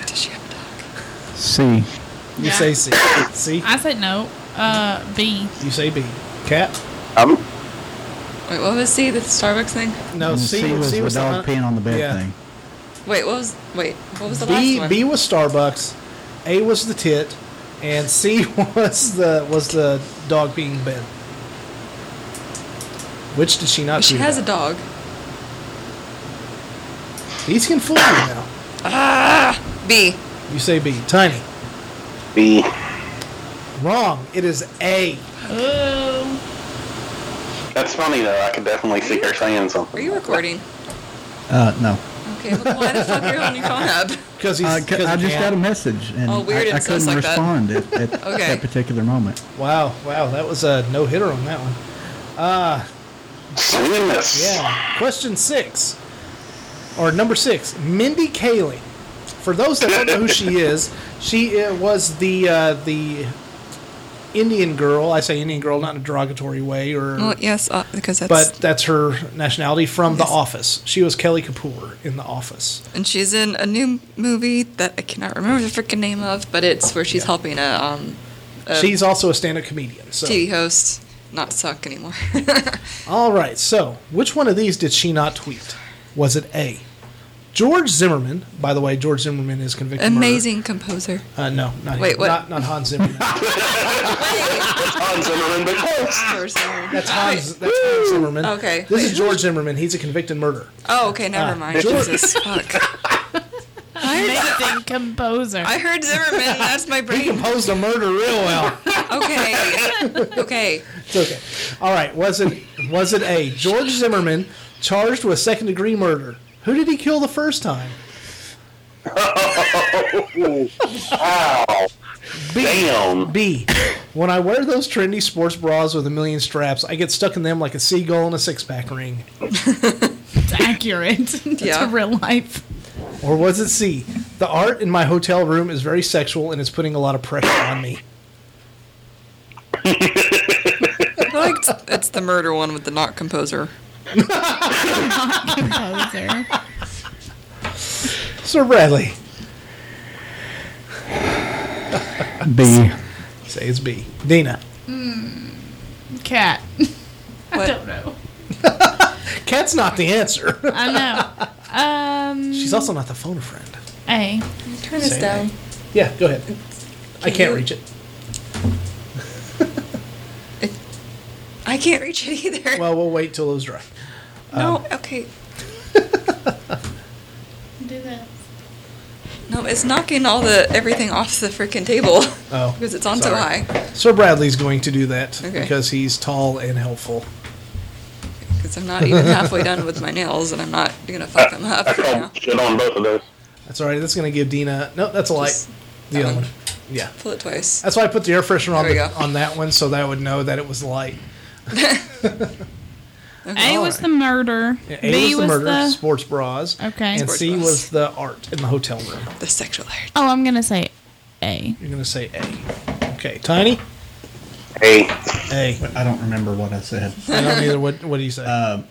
C: Does she have a dog?
F: C.
B: You
G: Yeah.
B: say C. C.
G: I said no. Uh, B.
B: You say B. Cat?
D: I'm,
C: Wait, what was C? The Starbucks thing?
F: And
B: No, Oh, C,
F: Mm, C was the dog
B: hun-
F: peeing on the bed
B: yeah.
F: thing.
C: Wait, what was? Wait, what was the
B: B,
C: last one?
B: B was Starbucks, A was the tit, and C [laughs] was the was the dog peeing bed. Which did she not
C: She
B: tweet
C: has a
B: about?
C: dog.
B: These can fool you now.
C: B.
B: You say B. Tiny.
D: B.
B: Wrong. It is A.
G: Oh.
D: That's funny though. I could definitely see her saying
C: Are
D: something.
C: you recording?
F: Uh, no.
C: Okay, well, why the fuck are you on your phone app?
B: Because he's.
F: Uh,
B: 'cause he
F: I just
B: can't.
F: got a message, and
C: Oh, weird,
F: I, I
C: it says
F: couldn't
C: like that.
F: respond at,
C: [laughs]
F: at
C: Okay.
F: that particular moment.
B: Wow, wow, that was a no hitter on that one.
D: Swinging this. [laughs]
B: Yeah. Question six, or number six, Mindy Kaling. For those that don't know who she
F: [laughs]
B: is, she uh, was the uh, the Indian girl. I say Indian girl, not in a derogatory way, or
C: [laughs] Well, yes, uh, because that's.
B: but that's her nationality from The
C: Yes.
B: Office. She was Kelly Kapoor in The Office.
C: and she's in a new movie that I cannot remember the freaking name of, but it's where she's helping a um,
B: She's also a stand-up comedian. So,
C: TV host not suck anymore. [laughs]
B: all right. So, which one of these did she not tweet? Was it A? George Zimmerman, by the way, George Zimmerman is convicted. of murder.
C: Amazing composer.
B: Uh, no, not
C: Wait,
B: him.
C: what?
B: Not, not Hans
C: [laughs]
B: Zimmer.
D: Hans Zimmerman, but close.
B: that's Hans, that's Hans Zimmerman.
C: Okay,
B: This
C: wait,
B: is George Zimmerman. He's a convicted murderer. [laughs]
C: Oh, okay, never
B: Ah.
C: mind. Jesus, fuck. heard that.
G: amazing composer.
C: [laughs] I heard Zimmerman. and That's my
B: He
C: brain.
B: composed a murder real well.
C: Okay. Okay.
B: [laughs] It's okay. All right. Was it was it A. George Zimmerman charged with second degree murder? Who did he kill the first time?
D: Wow. Damn.
B: B. When I wear those trendy sports bras with a million straps, I get stuck in them like a seagull in a six pack ring.
G: It's accurate [laughs]
C: Yeah.
G: to real
C: [laughs]
G: life.
B: Or was it C? The art in my hotel room is very sexual and it's putting a lot of pressure on me.
C: I think it's, it's the murder one with the not composer.
G: Composer.
B: Sir Bradley.
F: B.
B: Say it's B. Dina.
G: Cat. I
C: What?
G: don't know.
B: Cat's not the answer.
G: [laughs]
B: [laughs]
G: I know. Um,
B: She's also not the phone a friend.
G: A.
C: Turn
B: this Say down. Yeah, go ahead. I can't
C: you-
B: reach it.
C: I can't reach it either.
B: Well, um, we'll wait till those dry.
C: [laughs] no, okay.
G: [laughs] Do that.
C: No, it's knocking all the everything off the freaking table [laughs]
B: Oh.
C: because it's on so
B: sorry.
C: high.
B: Sir Bradley's going to do that
C: Okay.
B: because he's tall and helpful.
C: Because I'm not even halfway done with my nails, and I'm not gonna fuck them up.
D: I
C: right
D: called
C: now.
D: shit on both of those.
B: That's all right. That's going to give Dina. No, that's a light.
C: Just
B: The other
C: one.
B: one. Yeah.
C: Pull it twice.
B: That's why I put the air freshener on,
C: There we
B: the,
C: go.
B: on that one so that I would know that it was light.
G: A was the murder.
B: Yeah, A
G: B
B: was the murder, sports bras.
G: Okay.
B: And
C: Sports
B: C
C: bras.
B: was the art in the hotel room.
C: The sexual urge.
G: Oh, I'm gonna say A.
B: You're going to say A. Okay. Tiny?
D: Hey.
B: A.
A: I don't remember what I said.
B: I don't either. What, what do you say?
A: Uh,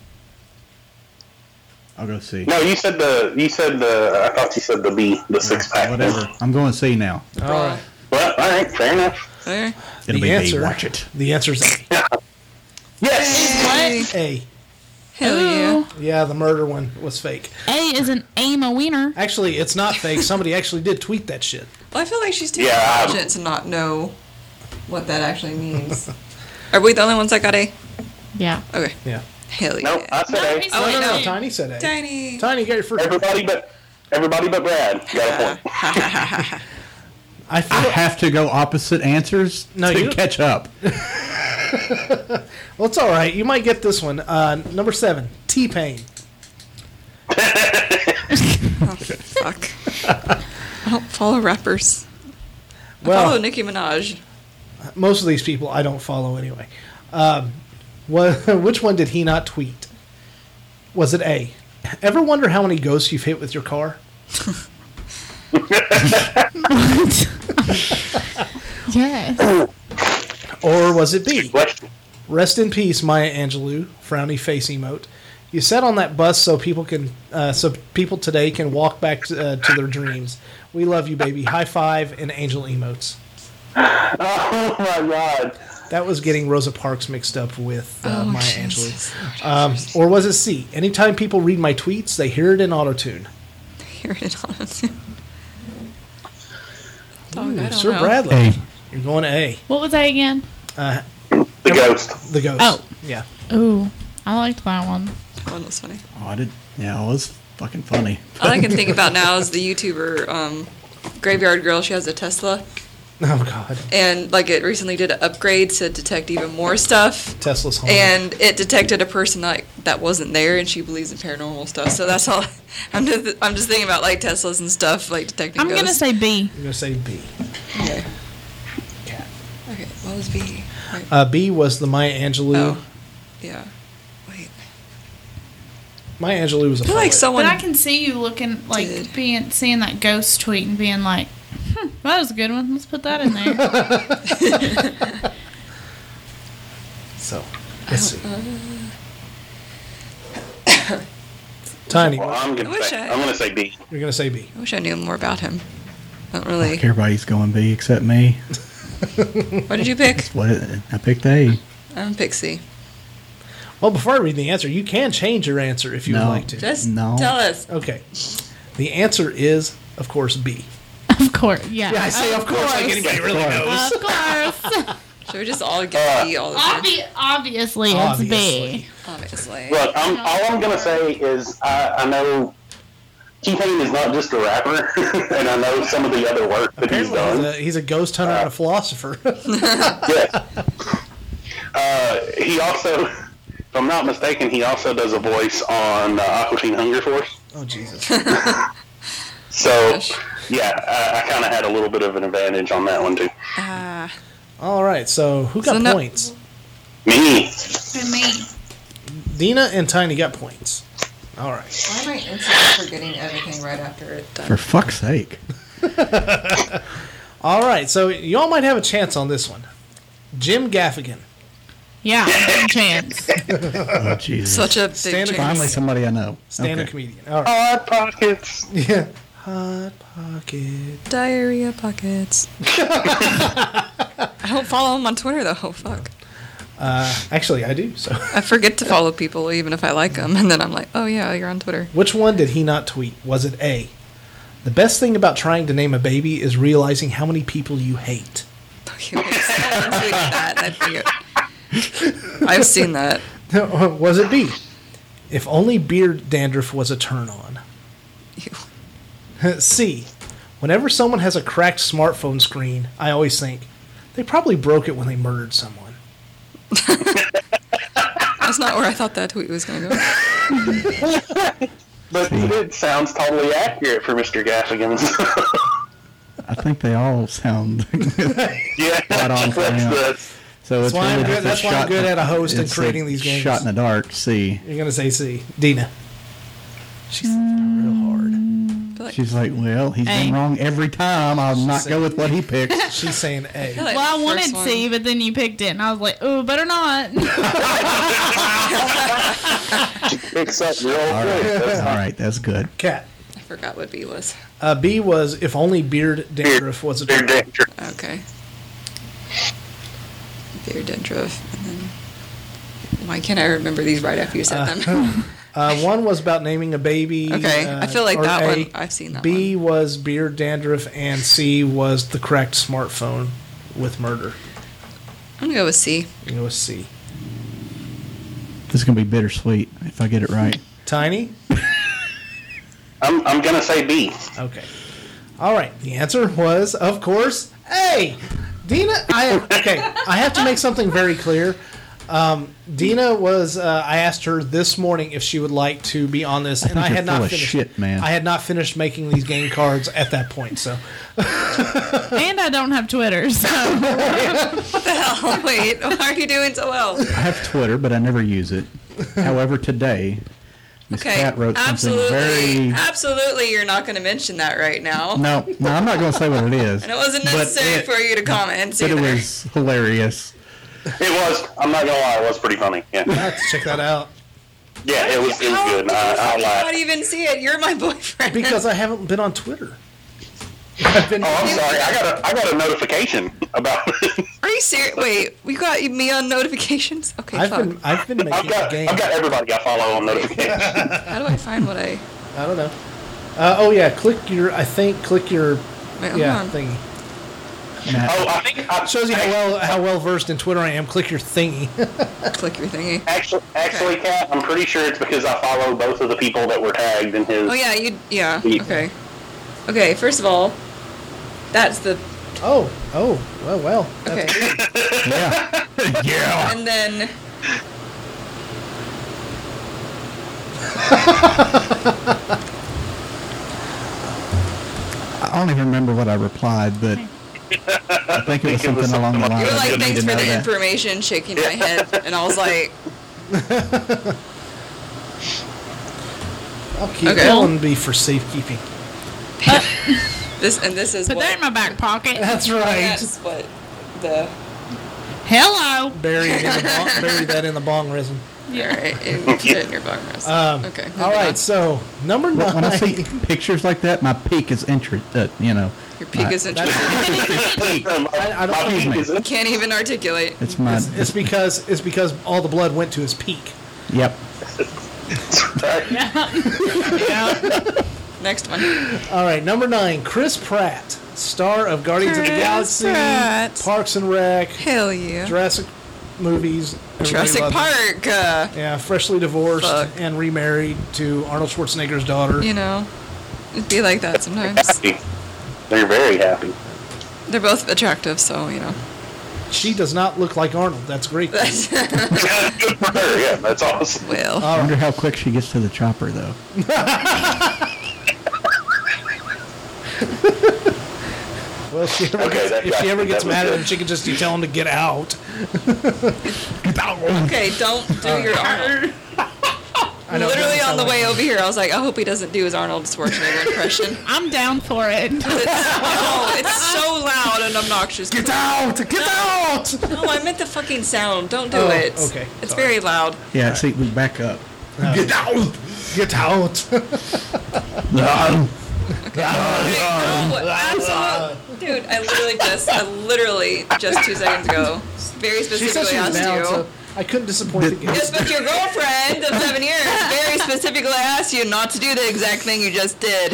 A: I'll go see.
D: No, you said the you said the I thought you said the B, the six pack.
A: Whatever. I'm going to see now.
B: all right.
D: Well, all right, fair enough. [laughs]
C: There.
A: It'll
B: The
A: be
B: answer.
A: B. Watch it.
B: The answer's A.
D: Yes.
B: A.
C: Hey. Hell
G: Oh,
C: yeah.
B: Yeah, the murder one was fake.
G: A is an aim a wiener.
B: Actually, it's not fake. Somebody actually did tweet that shit.
C: Well, I feel like she's too
D: Yeah, I'm-
C: intelligent to not know what that actually means. Are we the only ones that got A?
G: Yeah.
C: Okay.
B: Yeah.
C: Hell yeah.
D: Nope, I said A.
C: Oh, wait, no.
B: Tiny said A.
C: Tiny.
B: Tiny, get your first.
D: Everybody but everybody but Brad got a point.
B: I
A: I
B: feel.
A: have to go opposite answers
B: No,
A: to
B: you-
A: catch up.
B: Well, it's all right. You might get this one. Uh, number seven, T Pain.
C: Fuck. [laughs] I don't follow rappers. I follow
B: Well,
C: Nicki Minaj.
B: most of these people I don't follow anyway. Um, wha- [laughs] which one did he not tweet? Was it A? Ever wonder how many ghosts you've hit with your car?
G: [laughs] Yes.
B: Or was it B?
D: Question. [laughs]
B: Rest in peace, Maya Angelou. Frowny face emote. You sat on that bus so people can, uh, so people today can walk back to, uh, to their dreams. We love you, baby. High five and angel emotes.
D: Oh my god.
B: That was getting Rosa Parks mixed up with uh,
C: Oh,
B: Maya
C: Jesus. [laughs]
B: Angelou. Um, or was it C? Anytime people read my tweets, they hear it in autotune.
C: Hear it on it. Dog, I don't
B: Sir
C: know.
B: Bradley.
F: A.
B: You're going to A.
G: What was that again?
D: The ghost.
B: The ghost.
G: Oh.
B: Yeah.
G: Ooh, I liked that one.
C: That one was funny.
A: Oh, I did. Yeah, it was fucking funny.
C: All I can think about now is the YouTuber um, Graveyard Girl. She has a Tesla,
B: Oh, God.
C: and like it recently did an upgrade to detect even more stuff.
B: Tesla's home.
C: And it detected a person like that wasn't there, and she believes in paranormal stuff. So that's all. [laughs] I'm just I'm just thinking about like Teslas and stuff, like detecting.
G: I'm gonna
C: ghosts.
G: say B.
B: You're going to say B.
C: Okay.
B: Cat.
C: Okay. What was B? Right.
B: Uh, B was the Maya Angelou.
C: Oh. Yeah. Wait.
B: Maya Angelou was a
C: I feel
B: poet.
C: like someone.
G: But I can see you looking like
C: Did.
G: being seeing that ghost tweet and being like, hmm, "That was a good one. Let's put that in there."
B: So, let's see.
C: [coughs]
B: Tiny,
D: Well, I'm
C: I
D: gonna
C: wish
D: say
C: I-
D: I... am gonna say B.
B: you're going to say B.
C: I wish I knew more about him. Not really.
A: Everybody's going B except me.
C: What did you pick?
A: What? I picked A.
C: I'm Pixie.
B: Well, before I read the answer, you can change your answer if you
A: No.
B: would like to.
C: Just
A: No.
C: tell us.
B: Okay. The answer is, of course, B.
G: [laughs] of course. Yeah.
B: I say, of course, like anybody really knows.
G: Of course.
C: Should we just all get B all the time?
G: Obvi- obviously,
B: Obviously.
G: it's B.
C: Obviously.
D: Look, I'm, all I'm gonna say is I, I know Keith Hain is not just a rapper, [laughs] and I know some of the other work that he's
B: Apparently, he's
D: done.
B: a, he's a ghost hunter and a philosopher. [laughs]
D: yeah. [laughs] Uh, he also, if I'm not mistaken, he also does a voice on uh, Aqua Teen Hunger Force.
B: oh Jesus!
D: So,
C: Gosh.
D: yeah, I, I kind of had a little bit of an advantage on that one too.
C: Ah,
B: All right, so who got
C: So no-
B: points?
D: Me,
G: For me.
B: Dina and Tiny got points. All right.
I: Why am I instantly forgetting everything right after it?
A: For fuck's sake.
B: All right, so y'all might have a chance on this one. Jim Gaffigan.
G: [laughs] Yeah, no chance.
C: [laughs]
A: Oh, Jesus.
C: such a big
B: Stand
C: chance.
A: Finally, somebody I know.
B: Stand-up
A: Okay.
B: comedian. All right.
D: Hot Pockets.
B: [laughs] Yeah. Hot pocket.
C: Diarrhea pockets. I don't follow him on Twitter though. Oh fuck!
B: Uh, Actually, I do. So, [laughs]
C: I forget to follow people even if I like them, and then I'm like, oh yeah, you're on Twitter. [laughs]
B: which one did he not tweet? Was it A? The best thing about trying to name a baby is realizing how many people you hate.
C: Fuck you, it's- someone tweeted that, and I think it- I've seen that.
B: [laughs] was it B? If only beard dandruff was a turn on. [laughs]
C: Ew.
B: C. Whenever someone has a cracked smartphone screen, I always think they probably broke it when they murdered someone.
C: That's not where I thought that tweet was gonna go.
D: But it sounds totally accurate for Mr. Gaffigan. [laughs]
A: I think they all
C: [laughs]
A: sound.
D: yeah,
A: Spot on,
D: that's
A: yeah.
D: the-
A: so it's
B: why I'm
A: really just
B: good-
A: a
B: that's why I'm
A: shot in
B: good
A: the-
B: at a host and
A: it's a
B: creating these games.
A: Shot in the dark. See,
B: You're gonna say C. Dina. She's thinking real hard.
A: she's like, well, he's
G: Hey.
A: been wrong every time. I'll not
B: said-
A: go with what he picks.
C: [laughs]
B: She's saying A.
G: Well, I wanted
C: First one.
G: C, but then you picked it, and I was like, oh, better not. [laughs]
D: Picks up real
A: all right,
D: quick.
A: all right, that's good.
B: Cat.
C: I forgot what B was.
B: Uh, B was if only beard dandruff was a
D: They're
B: turn on.
D: dangerous.
C: Okay. Beer dandruff, and then why can't I remember these right after you said them?
B: [laughs]
C: [laughs]
B: Uh, one was about naming a baby.
C: Okay, I
B: uh,
C: feel like
B: or
C: that
B: A.
C: one- I've seen that
B: B was beard dandruff, and C was the cracked smartphone with murder.
C: I'm gonna go with C. [laughs]
B: You know, C.
A: This is gonna be bittersweet if I get it right.
B: Tiny.
D: I'm, I'm going to say B.
B: Okay. All right. The answer was, of course, A. Dina, I okay. I have to make something very clear. Um, Dina was. Uh, I asked her this morning if she would like to be on this, and
A: think
B: I
A: you're
B: had not
A: full of
B: finished.
A: shit, man.
B: I had not finished making these game cards at that point. So
G: and I don't have Twitter, [laughs] so
C: Oh, wait, why are you doing so well?
A: I have Twitter, but I never use
C: [laughs]
A: it. However, today, Miss
C: Okay,
A: Cat wrote something
C: absolutely,
A: very.
C: absolutely, you're not gonna mention that right now.
A: No, no, I'm not gonna say what it is.
C: And it wasn't
A: but
C: necessary
A: it-
C: for you to comment
A: But it
C: either.
A: was hilarious.
D: It was, I'm not going to lie, it was pretty funny.
B: I
D: Yeah,
B: have to check that out
D: yeah it was, it was
C: How
D: good. I, I
C: did you not
D: laughed.
C: even see it? You're my [laughs] boyfriend.
B: because I haven't been on Twitter. I've been.
D: Oh, I'm sorry. I got a, I got a notification about
C: Are you serious? Wait, we got me on notifications? Okay,
B: I've
C: fuck.
B: been. I've been
D: I've
B: making
D: got,
B: a game.
D: I've got everybody I follow on
B: [laughs]
D: notifications.
C: How do I find what I.
B: I don't know. Uh, oh yeah, click your. I think click your.
C: Wait, hold
B: Yeah,
C: on.
B: thingy.
D: Oh, I think I,
B: Shows you how well how well versed in Twitter I am. Click your thingy. [laughs]
C: Click your thingy.
D: Actually, actually, Kat, I'm pretty sure it's because I follow both of the people that were tagged in his.
C: Oh,
D: [laughs]
C: yeah, you. Yeah,
D: Yeah.
C: okay. Okay, first of all, that's the.
B: Oh, oh, well, well.
C: Okay.
A: Yeah, [laughs] yeah.
C: and then.
A: I don't even remember what I replied, but I think it was something along the
D: something
A: lines.
C: You
A: of
C: were like,
A: "You need
C: thanks
A: to
C: for
A: know
C: the
A: that."
C: information, shaking my head. And I was like,
B: I'll keep
C: Okay.
B: that one be for safekeeping.
C: this, and this is
G: put
C: what.
G: that in my back pocket.
B: That's right.
C: That's what the.
G: Hello. [laughs]
B: Bury, it in the bong, bury that in the bong resin.
C: All right, in, in your bong rest.
B: Um,
C: okay.
B: All
C: moving
B: right,
C: on.
B: so number
A: When- When I see
C: [laughs]
B: nine.
A: pictures like that, my peak is interest. Uh, you know,
C: Your peak is interesting.
B: [laughs] I, I
D: My
B: don't
D: peak
A: me.
D: [laughs] is-
C: Can't even articulate.
A: it's my.
B: it's, it's because it's because all the blood went to his peak.
A: yep.
C: Next one.
B: All right, number nine, Chris Pratt, star of Guardians of the
C: Chris
B: Galaxy,
C: Pratt.
B: Parks and Rec,
C: Hell yeah.
B: Jurassic movies. Everybody
C: Jurassic
B: loves him.
C: Park. Uh,
B: Yeah, freshly divorced
C: Fuck.
B: and remarried to Arnold Schwarzenegger's daughter.
C: you know, It'd be like that
A: [laughs]
C: sometimes.
D: Happy. They're
C: [laughs]
D: very happy.
C: They're both attractive, so you know.
B: She does not look like Arnold. That's
A: [laughs]
B: great.
D: Good for her. Yeah, that's awesome.
C: well,
A: I wonder how quick she gets to the chopper, though.
B: [laughs] Well, if she ever,
D: Okay,
B: gets,
D: that-
B: if she
D: that-
B: ever
D: that
B: gets
D: was
B: mad at
D: good.
B: him, she can just you tell him to get out.
C: okay, don't do your Arnold.
B: I know,
C: Literally
B: that's
C: on the
B: how I-
C: way over here, I was like, I hope he doesn't do his Arnold Schwarzenegger impression.
G: I'm down for it.
C: oh, it's so loud and obnoxious.
B: Get out! Get out!
C: [laughs] No, I meant the fucking sound. Don't do
B: Oh,
C: it.
B: okay,
C: It's
B: sorry.
C: very loud.
A: Yeah, see, we back up. Uh,
B: Get out! Get out! [laughs]
C: No, absolute- Dude, I literally just, I literally just two seconds ago, very
B: She said
C: specifically
B: she was
C: asked
B: down,
C: you.
B: so I couldn't disappoint the
C: Yes,
B: guest.
C: but your girlfriend of seven years very specifically asked you not to do the exact thing you just did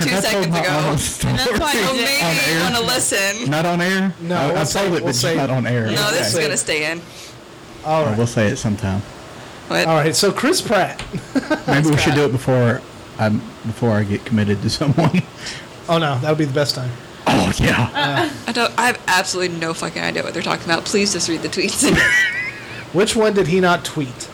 C: two seconds
A: my
C: ago.
A: own story.
G: That's why [laughs]
C: So
G: I did it.
C: maybe you
A: air.
C: want to listen.
A: Not on air?
B: No,
A: I,
B: we'll
A: I
B: say-
A: told it,
B: we'll
A: but
B: say-
A: just not on air.
C: No, this is
B: Okay.
C: gonna stay in.
B: All
A: Oh,
B: right.
A: we'll say it sometime.
C: What?
B: All right, so Chris Pratt.
A: Maybe we should do it before I am before I get committed to someone.
B: Oh no, that'll be the best time.
A: [laughs] Oh yeah,
C: I don't. I have absolutely no fucking idea what they're talking about. Please just read the [laughs] tweets.
B: Which one did he not tweet?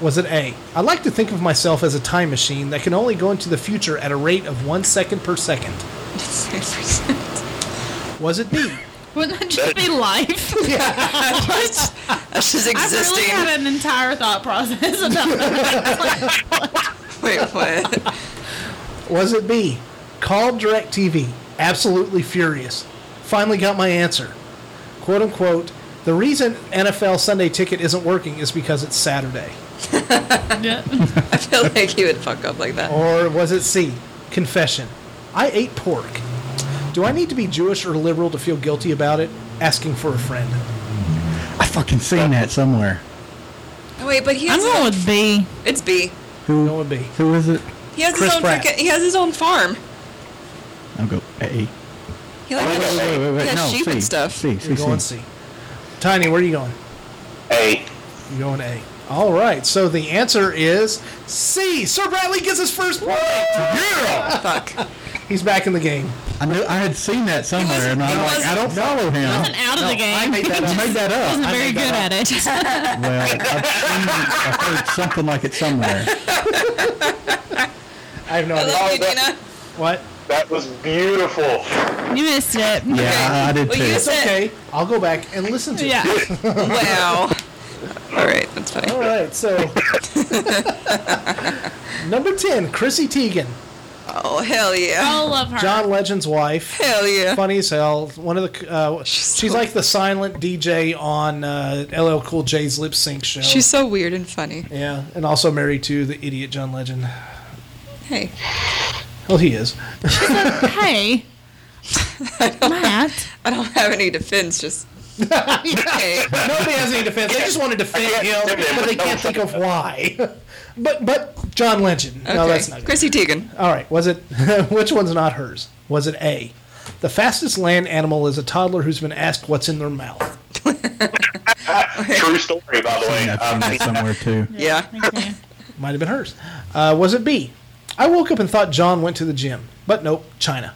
B: Was it A? I like to think of myself as a time machine that can only go into the future at a rate of one second per second. Was it B?
G: Wouldn't that just be [laughs] life?
C: That's just
G: I've really
C: existing.
G: had an entire thought process [laughs] about
C: [laughs] Wait, what?
B: Was it B? Called DirecTV, absolutely furious. Finally got my answer. Quote unquote, the reason NFL Sunday ticket isn't working is because it's Saturday.
G: it.
C: I feel like he would fuck up like that.
B: Or was it C? Confession. I ate pork. Do I need to be Jewish or liberal to feel guilty about it? Asking for a friend.
A: I fucking seen that somewhere.
C: Oh, wait, but he
G: [laughs] I'm
C: has.
G: going with B.
C: It's B.
A: Who?
B: That would be.
A: Who is it?
C: He has
B: Chris
C: his own
B: Pratt.
C: frickin- He has his own farm.
A: I'll go A.
C: He like has- [laughs]
A: Wait, wait, wait.
C: Yeah,
A: no,
C: sheep
A: C.
C: and stuff.
A: C, C,
B: You're going
A: C.
B: C. Tiny, where are you going?
D: Hey,
B: You're going A. All right, so the answer is C. Sir Bradley gets his first point.
C: fuck.
B: He's back in the game.
A: I knew I had seen that somewhere,
C: wasn't-
A: and
C: he
A: I'm like,
C: wasn't-
A: I don't follow him.
G: Wasn't out of the
A: I
G: game.
A: made that up. I made that up.
G: wasn't very good at it.
A: Well, I've, seen, I've heard something like it
C: [laughs]
A: somewhere.
B: I have no
C: I
B: idea.
C: love you, Dina.
B: What?
D: that was beautiful.
G: You missed it.
A: Yeah, I, I did
C: Well,
A: too.
C: you
B: It's okay. I'll go back and listen to
G: [laughs] Yeah.
C: Wow. All right, that's fine.
B: it. All right, so number ten, Chrissy Teigen,
C: Oh hell yeah.
G: I love her.
B: John Legend's wife,
C: Hell yeah.
B: funny as hell. One of the uh, she's like the silent DJ on uh, LL Cool J's lip sync show.
C: She's so weird and funny.
B: yeah, and also married to the idiot John Legend.
C: Hey.
B: Well, he is.
G: Hey. Matt.
C: I don't have any
B: [laughs]
C: defense, just okay.
B: Nobody has any defense. They just want to defend him, but they can't think of why. [laughs] But but John Legend. No,
C: Okay.
B: that's not.
C: Chrissy Teigen.
B: All right, was it [laughs] which one's not hers? Was it A? The fastest land animal is a toddler who's been asked what's in their mouth.
D: True story, by the way. Um,
A: Yeah, I've seen that somewhere too.
C: Yeah.
G: Okay.
B: Might have been hers. Uh, was it B? I woke up and thought John went to the gym, but nope, China.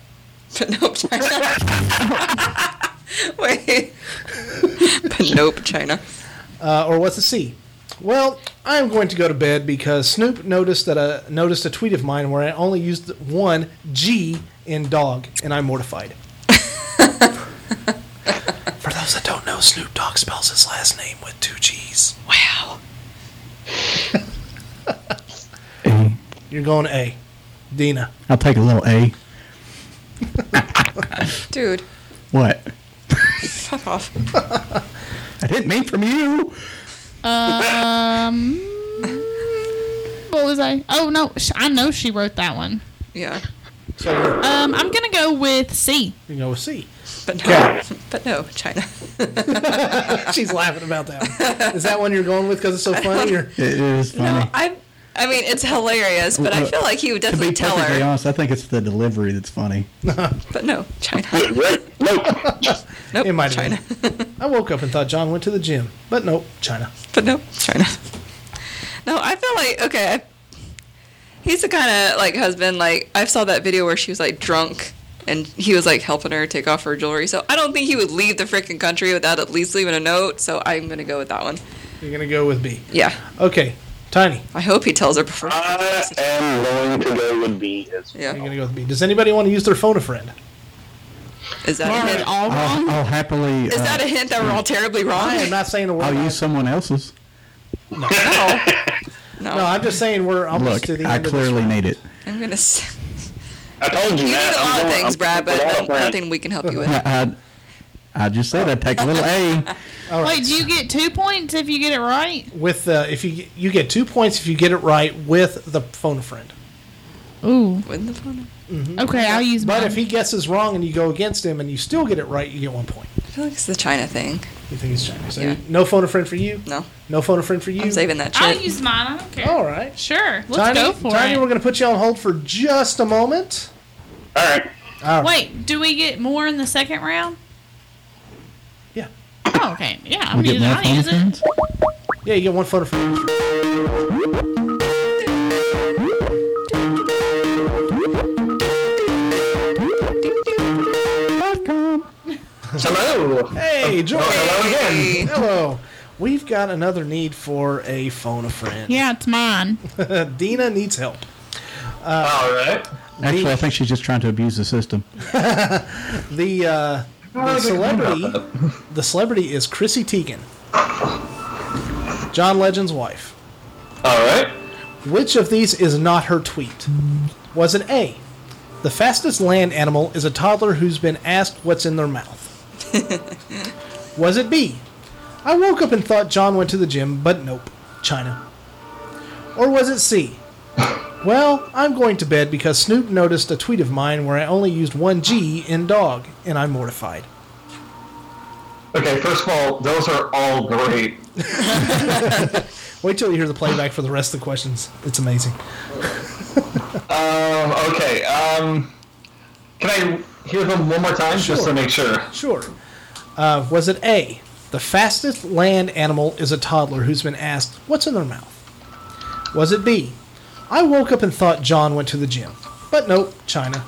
C: But [laughs] nope, China. Wait. But nope, China.
B: Uh, or was it C? Well, I'm going to go to bed because Snoop noticed that a noticed a tweet of mine where I only used one G in dog, and I'm [laughs] mortified. For those that don't know, Snoop Dogg spells his last name with two G's.
C: Wow.
B: You're going A, Dina.
A: I'll take a little A.
C: Dude,
A: What?
C: fuck off.
A: I didn't mean from you.
G: Um. What was I? Oh no, sh- I know she wrote that one.
C: Yeah.
B: So
G: Um, I'm gonna go with C.
B: you go with C.
C: But no.
B: Okay.
C: But no, China.
B: [laughs] She's laughing about that one. Is that one you're going with because it's so funny? Or
A: It is funny.
C: No, I I mean it's hilarious, but I feel like he would
A: to be
C: definitely tell
A: perfectly
C: her.
A: honest, I think it's the delivery that's funny.
C: But no, China.
D: Right? [laughs] Nope.
B: [laughs]
C: Nope.
B: It might
C: China.
B: have I woke up and thought John went to the gym, but nope, China.
C: But no, China. No, I feel like okay. I, He's the kind of like husband. Like I saw that video where she was like drunk, and he was like helping her take off her jewelry. So I don't think he would leave the freaking country without at least leaving a note. So I'm gonna go with that one.
B: You're gonna go with B.
C: Yeah,
B: Okay, Tiny.
C: I hope he tells her before.
D: I am going to go with B as
B: You're
C: Yeah,
B: gonna go with B. Does anybody want to use their phone a friend?
C: is that a hint?
B: Oh,
G: all
A: I'll, I'll happily.
C: Is
A: uh,
C: that a hint that we're all terribly wrong?
B: I am not saying the word.
A: I'll
B: about-
A: use someone else's.
C: [laughs] No,
B: no, I'm just saying we're almost
A: Look,
B: to the
A: I
B: end. of this
A: clearly
B: round.
A: need it.
C: I'm gonna.
D: [laughs]
C: s-
D: I told
C: You
D: you,
C: need
D: Matt.
C: a lot of
D: I'm going-
C: things,
D: I'm
C: Brad, but
D: without a
C: no-
D: plan.
C: nothing we can help you [laughs] with.
A: I, I, I just said I'd take a little A.
B: All right.
G: Wait, do you get two points if you get it right?
B: with uh, if you you get two points if you get it right with the phone a friend.
G: Ooh.
C: Win the phone.
G: Okay, I'll use
B: But
G: mine.
B: if he guesses wrong and you go against him and you still get it right, you get one point.
C: I feel like it's the China thing.
B: You think it's Chinese? So
C: Yeah.
B: No phone a friend for you.
C: No,
B: No phone a friend for you.
C: I'm saving that
G: I'll
C: shit.
G: use mine. I don't care.
B: All right.
G: Sure. Let's
B: Tiny,
G: go for
B: Tiny,
G: it.
B: we're going to put you on hold for just a moment.
D: All right.
G: Wait, do we get more in the second round?
B: Yeah.
G: Oh, okay. Yeah, I'm
A: We get
G: using.
A: more
G: I'll
A: phone
G: use it.
A: friends?
B: Yeah, you get one phone a friend.
H: Hello.
B: Hey, Jordan.
H: Hello again.
B: Hello. We've got another need for a phone a friend.
G: Yeah, it's mine.
B: Dina needs help.
H: All right.
A: Actually, I think she's just trying to abuse the system.
B: The uh, the
H: was thinking about
B: celebrity [laughs] the celebrity is Chrissy Teigen, John Legend's wife.
H: All right.
B: Which of these is not her tweet? Was it A? The fastest land animal is a toddler who's been asked what's in their mouth. Was it B? I woke up and thought John went to the gym, but nope, China. Or was it C? Well, I'm going to bed because Snoop noticed a tweet of mine where I only used one G in dog, and I'm mortified.
H: Okay. First of all, those are all great.
B: Wait till you hear the playback for the rest of the questions. It's amazing.
H: Um, okay. Um, can I hear them one more time just
B: Sure.
H: to make sure?
B: Sure. Uh, was it A? The fastest land animal is a toddler who's been asked what's in their mouth. Was it B? I woke up and thought John went to the gym, but nope, China.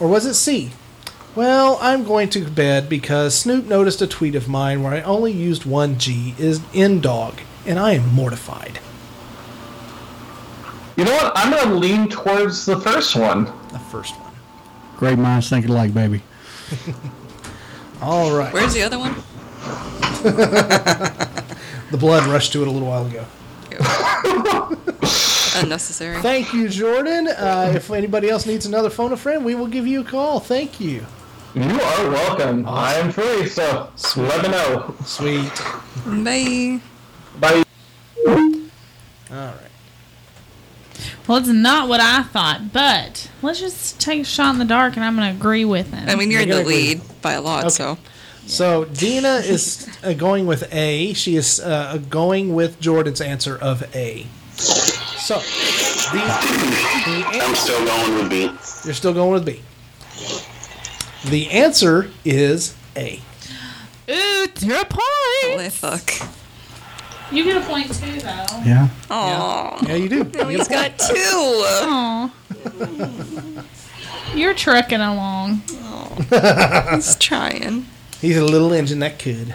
B: Or was it C? Well, I'm going to bed because Snoop noticed a tweet of mine where I only used one G is in dog, and I am mortified.
H: You know what? I'm gonna lean towards the first one.
B: The first one.
A: Great minds think alike, baby.
B: All right.
C: Where's the other one?
B: The blood rushed to it a little while ago.
C: Unnecessary.
B: Thank you, Jordan. Uh, if anybody else needs another phone a friend, we will give you a call. Thank you.
H: You are welcome. I am free, so let me know.
B: Sweet.
C: Bye.
H: Bye.
B: All right.
G: Well, it's not what I thought, but let's just take a shot in the dark, and I'm gonna agree with him.
C: I mean, you're in
B: You're
C: the
B: gonna agree.
C: lead by a lot, so
B: So Dina is uh, going with A. She is uh, going with Jordan's answer of A. So the, the
D: I'm
B: an-
D: still going with B.
B: you're still going with B. The answer is A.
G: ooh, zero
C: holy
G: points.
C: fuck.
G: You get a point too, though.
A: Yeah.
C: Aww.
B: Yeah, you do. You
C: He's
B: get a point. [laughs]
C: got two.
B: Oh,
G: Aw. you're trucking along.
C: He's trying.
B: He's a little engine that [laughs] could.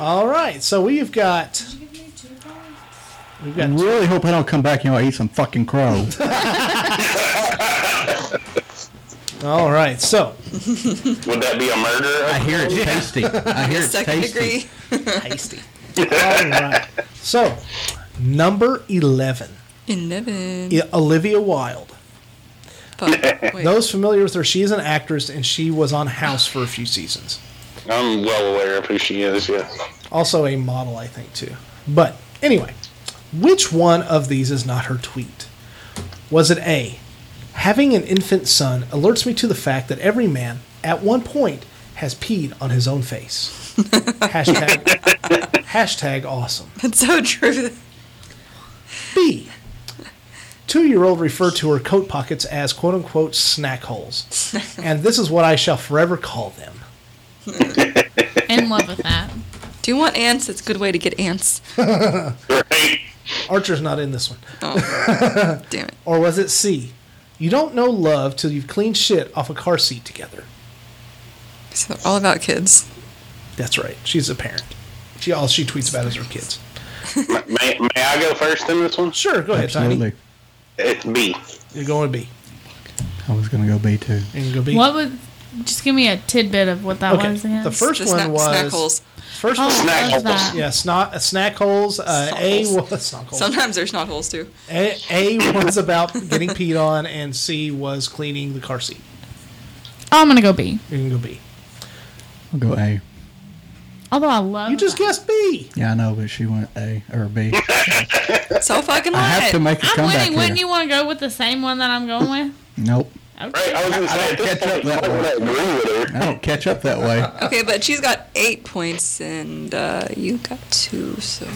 B: All right. So we've got. We've
A: I
B: got
A: really hope I don't come back and y'all eat some fucking crow.
B: All right. So
D: Would that be a murder?
F: I hear it's tasty. I hear it's
C: Second
F: tasty.
C: degree.
B: tasty. All right. So number eleven,
C: Eleven.
B: I- Olivia Wilde. [laughs]
C: Fuck. Wait.
B: Those familiar with her, she is an actress and she was on House for a few seasons.
D: I'm well aware of who she is. Yeah.
B: Also a model, I think, too. But anyway, which one of these is not her tweet? Was it A? Having an infant son alerts me to the fact that every man, at one point, has peed on his own face. hashtag, hashtag awesome.
C: That's so true.
B: B. Two year old referred to her coat pockets as quote unquote snack holes. and this is what I shall forever call them.
G: In love with that.
C: Do you want ants? It's a good way to get ants.
D: Right.
B: Archer's not in this one.
C: Oh.
B: [laughs]
C: Damn it.
B: Or was it C? You don't know love till you've cleaned shit off a car seat together.
C: So they're all about kids.
B: That's right. She's a parent. She all she tweets about is her kids.
D: May, may I go first in this one?
B: Sure, go ahead,
A: Absolutely.
B: Tiny.
D: It's B.
B: You're going to B.
A: I was going to go B too.
B: You're going to B.
G: What was? Just give me a tidbit of what that
B: Okay.
G: was. Again.
B: The first
C: The
B: one
C: snack,
B: was
C: snack holes.
B: First
G: Oh,
B: one.
G: I
D: Snack
G: love
D: holes.
G: that.
B: Yeah, snot, snack holes. Uh, A
C: Snock
B: was snack holes.
C: Sometimes there's not holes too.
B: A, A was about getting peed on, and C was cleaning the car seat.
G: Oh, I'm gonna go B.
B: You can go B.
A: I'll go A.
G: Although I love
B: You just guessed B.
A: Yeah, I know, but she went A or B.
B: [laughs]
C: So fucking
A: I
C: lied.
A: have to make a
G: I'm
A: comeback
G: winning. Wouldn't
A: here.
G: you want to go with the same one that
B: [laughs]
G: I'm going with?
A: Nope.
G: Okay.
D: Right, I was going to say, at this
A: catch up
D: point, you
A: that
D: might
A: way.
D: want to agree with her.
A: I don't catch up that
C: [laughs]
A: way.
C: Okay, but she's got eight points and uh, you got two, so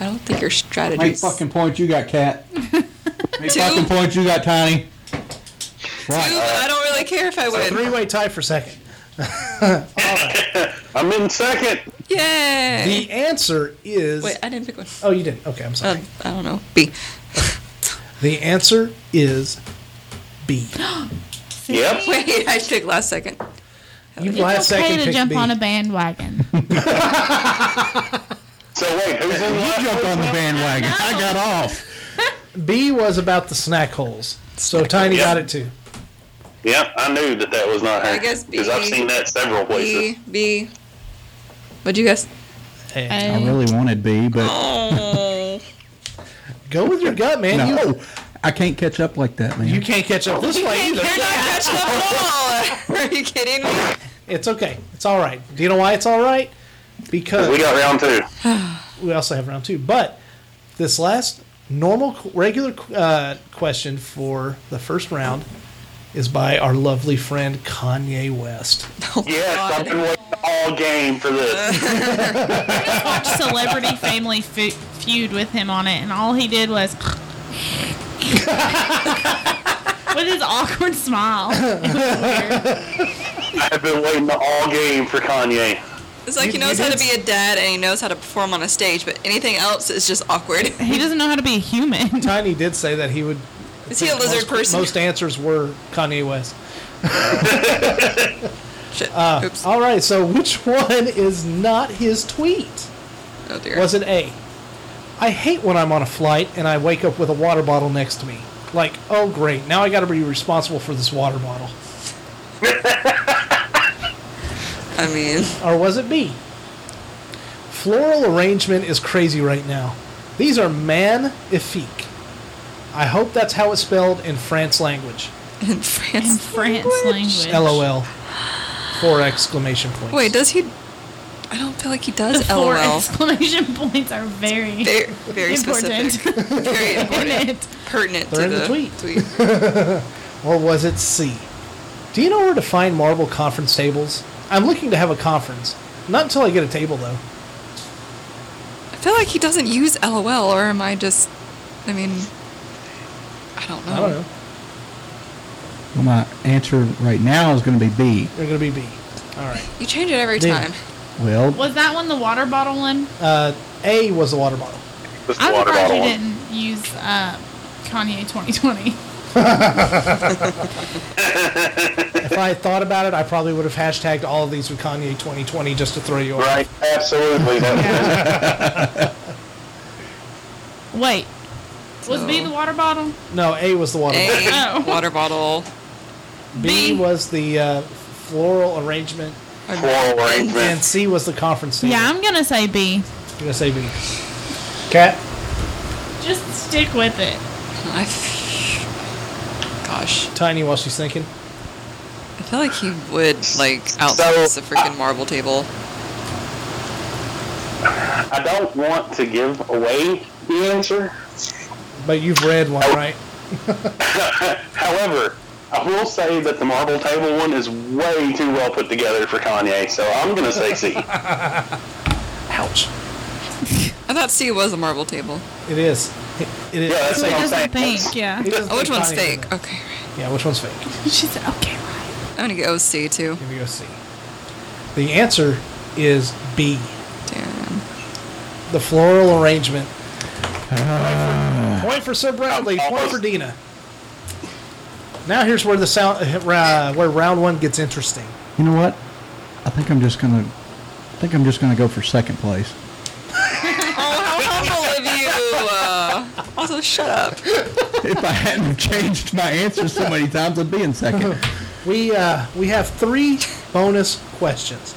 C: I don't think your
A: Make
C: strategy's
A: fucking point you got,
C: [laughs]
A: Cat. Make
C: Two.
A: fucking point you got, Tiny.
C: two. I don't really care if I win.
B: Three way tie for second.
D: I'm in second.
C: Yay!
B: The answer is.
G: uh,
C: Wait, I didn't pick one.
B: Oh, you did. Okay, I'm sorry.
C: Um, I don't know. B.
B: the answer is B.
D: Yep.
C: Wait, [laughs] I picked last second.
B: You
G: [gasps] It's
B: last
G: okay
B: second
G: to
B: picked
G: jump
B: B.
G: on
B: [laughs]
G: a bandwagon.
D: So wait, who's in
A: You
D: last?
A: jumped on the bandwagon. I got off.
B: B was about the snack holes. So Tiny
D: Yeah.
B: got it too.
D: Yep, I knew that that was not her.
C: I guess
D: Because I've
C: B.
D: seen that several places.
C: B. B. What'd you guess?
B: Hey,
A: I
G: A.
A: really wanted B, but
C: Oh.
B: go with your gut, man.
A: no. I can't catch up like that, man.
B: You, you can't catch
C: Oh,
B: up this way
C: You're
B: either.
C: not catching up at
B: [laughs]
C: all. Are you kidding me?
B: It's okay. It's all right. Do you know why it's all right? Because
D: We got round two.
B: we also have round two. But this last normal, regular uh, question for the first round is by our lovely friend Kanye
C: [laughs]
B: West.
D: Yes, I've been waiting all game for
C: [laughs]
D: this.
G: Watch Celebrity Family Fe- Feud with him on it, and all he did was [laughs] with his awkward smile.
B: [laughs]
G: It was weird.
D: I've been waiting all game for Kanye.
C: It's like he
B: You-
C: knows
B: you
C: how to
B: did
C: be a dad and he knows how to perform on a stage, but anything else is just
B: [laughs]
C: awkward.
G: He doesn't know how to be a human. [laughs]
B: Tiny did say that he would.
C: Is he a lizard
B: most,
C: person?
B: Most answers were Kanye West.
C: Shit. Oops.
B: All right, so which [laughs] one is not his tweet?
C: Oh dear.
B: Was it A? I hate when I'm on a flight and I wake up with a water bottle next to me. Like, oh great, now I got to be responsible for this water bottle.
C: I mean, [laughs]
B: Or was it B? Floral arrangement is crazy right now. These are magnifique. I hope that's how it's spelled in France language.
C: in
G: In
C: France.
G: France language.
B: LOL. Four exclamation points.
C: Wait, does he? I don't feel like he does.
G: The four
C: LOL.
G: exclamation [laughs] points are very
C: Very, very
G: important.
B: [laughs]
C: specific. Very important.
G: It-
C: Pertinent
B: They're
C: to
B: in the
C: the,
B: tweet. Or was it C? Do you know where to find marble conference tables? I'm looking to have a conference. Not until I get a table, though.
C: I feel like he doesn't use LOL, or am I just? I mean, I don't know.
B: I don't know.
A: Well, my answer right now is going to be B.
B: They're going to be B. All right.
C: You change it every
B: Dude.
C: time.
A: Well,
G: Was that one the water bottle one?
B: Uh, a was the water bottle.
D: This
G: I'm
D: water
G: surprised
D: bottle
G: you
D: one.
G: didn't use uh, Kanye
D: [laughs]
G: 2020.
B: If I had thought about it, I probably would have hashtagged all of these with Kanye 2020 just to throw you off.
D: Right, absolutely. That
G: Wait, was B
C: So-
G: the water bottle?
B: No, A was the water bottle.
C: [laughs] A
G: Oh.
C: water bottle.
B: B
G: B.
B: was the uh, floral arrangement,
D: was floral
B: and
D: arrangement.
B: C was the conference table.
G: Yeah, I'm gonna say B.
B: I'm gonna say B. Cat.
G: Just stick with it.
C: I f- Gosh,
B: Tiny while she's thinking.
C: I feel like he would like outsource the freaking marble table.
D: I don't want to give away the answer.
B: But you've read one,
D: Oh.
B: right?
D: However, I will say that the marble table one is way too well put together for Kanye, so I'm going to
C: [laughs]
D: say C.
B: Ouch.
C: I thought C was a marble table.
B: It is. It, it is.
D: Yeah, that's
G: He
D: what I'm saying.
G: doesn't think. Yeah.
D: [laughs]
B: He doesn't
C: Oh, which
B: think
C: one's
B: Kanye did
C: fake?
B: that.
C: Okay, right.
B: Yeah, which one's fake?
G: She said, "Okay, right."
C: I'm gonna get OC too.
B: Give me a C. The answer is B.
C: Damn.
B: The floral arrangement. Point for Sir Bradley. Point for Dina. Now here's where the sound, uh, where round one gets interesting.
A: You know what? I think I'm just gonna. I think I'm just gonna go for second place. [laughs]
C: Oh, how humble of you! Uh, [laughs] also, shut up.
A: if I hadn't changed my answer so many times, I'd be in second.
B: We uh, we have three bonus questions.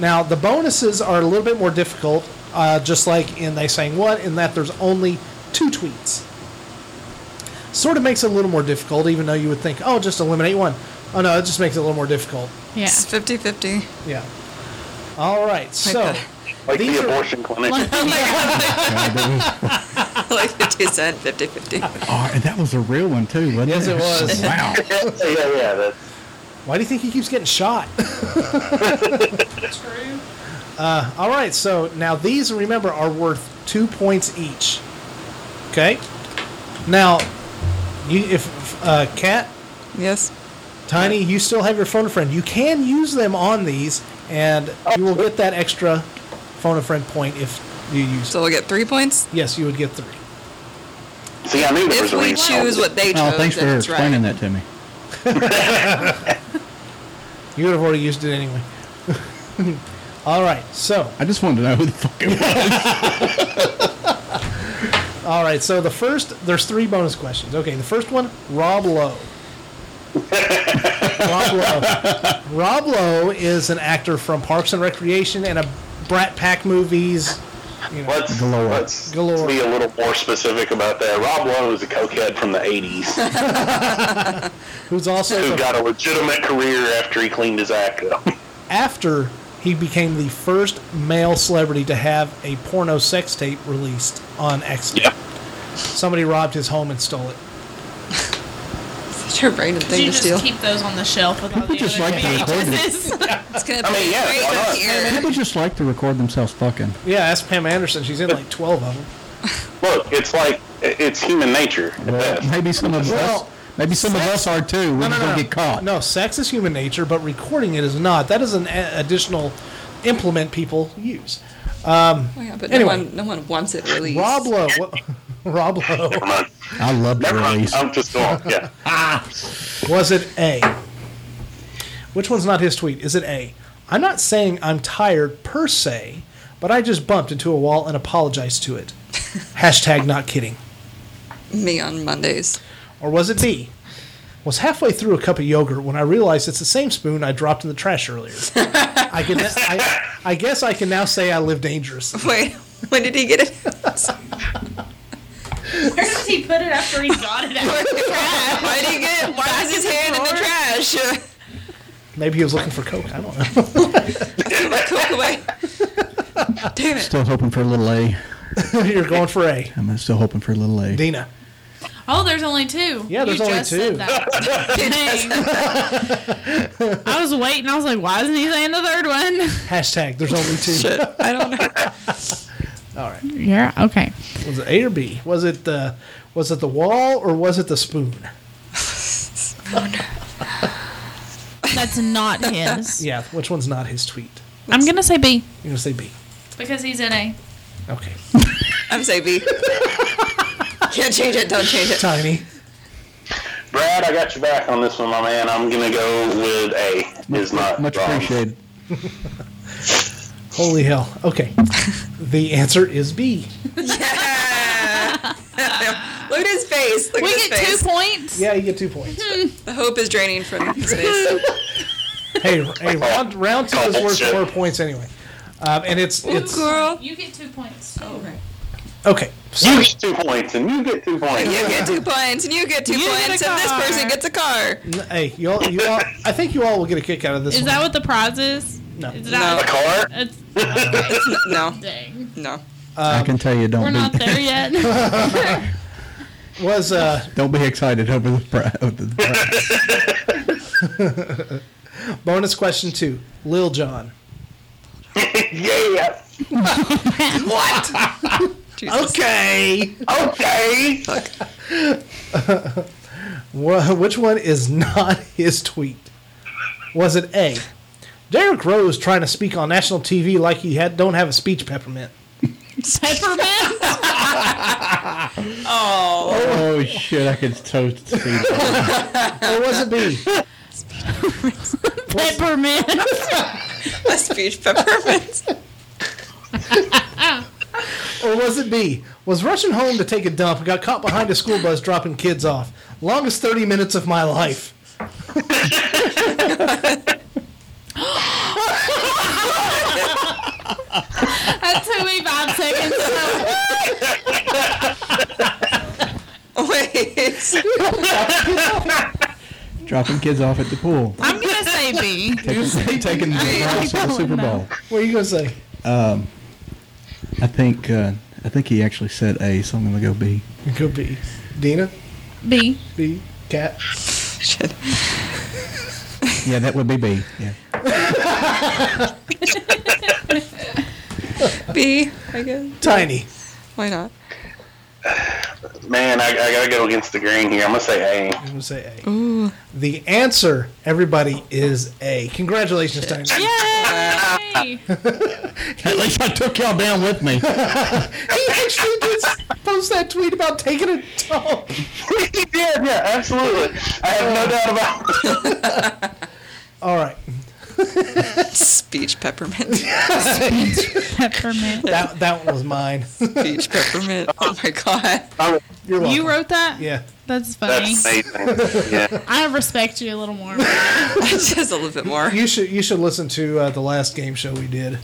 B: Now the bonuses are a little bit more difficult, uh, just like in they saying what, in that there's only two tweets. Sort of makes it a little more difficult, even though you would think, oh, just eliminate one. Oh no, it just makes it a little more difficult.
G: Yeah.
C: It's 50 50.
B: Yeah. All right, so
C: God.
D: Like
B: These
D: the
B: are-
D: abortion clinic.
A: God, that was-
C: [laughs] Like 50 cent, 50 50.
A: Oh, and that was a real one too, wasn't
B: Yes,
A: it?
B: it was.
A: Wow.
D: [laughs] yeah, yeah, yeah. That's,
B: why do you think he keeps getting shot?
G: True.
B: Uh, All right, so now these remember are worth two points each. Okay. Now, you if uh, Cat
C: Yes.
B: Tiny, you still have your phone a friend. You can use them on these, and you will get that extra phone a friend point if you use. it.
C: So we'll get three points
B: Yes, you would get three.
D: see, I knew there
C: if
D: was a
C: we
D: reason.
C: choose what they chose.
A: Oh, thanks for
C: then it's right.
A: explaining that to me.
B: You would have already used it anyway. [laughs] all right, so
A: I just wanted to know who the fuck it was.
B: all right, so the first there's three bonus questions. Okay, the first one, Rob Lowe. Rob Lowe. Rob Lowe is an actor from Parks and Recreation and a Brat Pack movies. You know,
D: Let's,
A: Galore.
D: let's,
B: Galore.
D: let's be a little more specific about that. Rob Lowe is a cokehead from
C: [laughs]
D: the 80s
B: Who's also
D: who
B: the
D: got a legitimate career after he cleaned his act up.
B: after he became the first male celebrity to have a porno sex tape released on accident.
D: Yeah.
B: Somebody robbed his home and stole it.
C: Such a random
G: Do
C: thing
G: you
C: to
G: just
C: steal.
G: keep those on the shelf with all
A: People
G: the
A: just
G: other
A: like to [laughs] record
G: VHSs?
C: It's going to
D: I
C: be
D: mean, yeah,
C: great
D: why not?
C: here.
A: People just like to record themselves fucking.
B: Yeah, that's Pam Anderson. She's in like 12 of them.
D: Look, it's like it's human nature at best.
A: maybe some of us.
B: Well,
A: Maybe some of us are too. We're just gonna get caught.
B: No, sex is human nature, but recording it is not. That is an a- additional implement people use.
C: Oh, yeah, but
B: Anyway.
C: no, one, no one wants it released.
B: Rob Lowe. what- Rob Lowe.
D: Never mind.
A: I love the
D: Never mind.
A: release.
D: I'm just going.
A: [laughs]
D: Yeah.
B: Was it A? Which one's not his tweet? Is it A? I'm not saying I'm tired per se, but I just bumped into a wall and apologized to it. Hashtag not kidding.
C: Me on Mondays.
B: Or was it B? Was halfway through a cup of yogurt when I realized it's the same spoon I dropped in the trash earlier. I can, I, I guess I can now say I live dangerous.
C: [laughs] Wait, when did he get it?
G: [laughs] Where does he put it after he got it
D: [laughs]
G: out?
C: [laughs] Why did he get it? Why is his hand in the [laughs] trash?
B: Maybe he was looking for coke. I don't know.
C: Put my coke away. Damn it.
A: Still hoping for a little A.
B: You're going for A,
A: I'm still hoping for a little A.
B: Dina.
G: Oh, there's only two.
B: Yeah, there's
G: you
B: only
G: just
B: two. [laughs]
G: Said that.
D: [laughs]
G: Dang. I was waiting. I was like, why isn't he saying the third one?
B: Hashtag. There's only two.
C: I don't know.
B: All right.
G: Yeah. Okay.
B: Was it A or B? Was it the was it the wall or was it the spoon?
G: That's not [laughs] his.
B: Yeah. Which one's not his tweet?
G: I'm gonna say B
B: You're gonna say B.
G: because he's in A.
B: Okay.
C: I'm saying B. Can't change it. Don't change it.
B: Tiny.
D: Brad, I got your back on this one, my man. I'm gonna go with A. Is not
A: Much
D: wrong.
A: appreciated.
B: Holy hell. Okay. the answer is B.
C: Look at his face. Look
G: We
C: at his
G: get
C: face.
G: two points.
B: Yeah, you get two points.
C: The hope is draining from his [laughs] face.
B: hey, hey, round round two is worth
D: Bullshit.
B: four points anyway. Um, and it's it's
C: Girl.
G: You get two points.
B: okay. So
D: You get two points, and you get two points.
C: You get two points, and you get two
G: You get
C: points,
G: a
C: and this
G: car.
C: person gets a car.
B: hey, you all, you all, I think you all will get a kick out of this.
G: Is
B: one.
G: that what the prize is?
B: No.
G: Is
D: A
G: that,
D: car?
G: It's,
C: No,
G: dang.
C: no.
F: Uh,
A: I can tell you,
G: We're
A: don't
G: not
A: be
G: there yet.
B: was? Uh,
A: [laughs] don't be excited over the pri- over the
G: [laughs]
A: prize.
B: bonus question two. Lil John.
D: [laughs] Yeah.
C: What? [laughs] Jesus.
B: Okay.
D: Okay.
B: Wha- Which one is not [laughs] his tweet? Was it A? Derek Rose trying to speak on national TV like he had don't have a speech peppermint.
G: Peppermint. Oh,
F: Oh shit! I could toast see
G: [laughs]
F: that.
B: It was a bee.
G: peppermint.
C: That's peach peppermint.
B: Or was it B? Was rushing home to take a dump and got caught behind a school bus dropping kids off. Longest 30 minutes of my life.
G: That took me five seconds. So
C: [laughs] Wait.
A: Dropping kids off at the pool.
G: [laughs] I'm gonna say B.
A: Taking, taking the girls to the Super Bowl.
B: What are you going to say?
A: I think uh, I think he actually said A, so I'm gonna go B.
B: You go B. Dina?
G: B.
B: B? Cat?
C: Shit.
A: Yeah, that would be B. Yeah.
C: B, I guess.
B: Tiny.
C: Why not?
D: Man, I, I gotta go against the grain here. I'm gonna say A. [laughs]
B: I'm going to say A. The answer, everybody, is A. Congratulations, Tiny.
G: Yay!
F: At least I took y'all down with me.
B: He actually did post that tweet about taking a dump.
D: he did, yeah, absolutely. I have no doubt about it.
B: All right.
C: Speech peppermint.
G: [laughs] Peppermint.
B: That, that one was mine.
C: Speech peppermint. Oh my god.
B: You're welcome.
G: You wrote that?
B: yeah.
G: That's funny.
D: That's amazing. Yeah.
G: I respect you a little more.
C: Just a little bit more.
B: You should you should listen to uh, the last game show we did.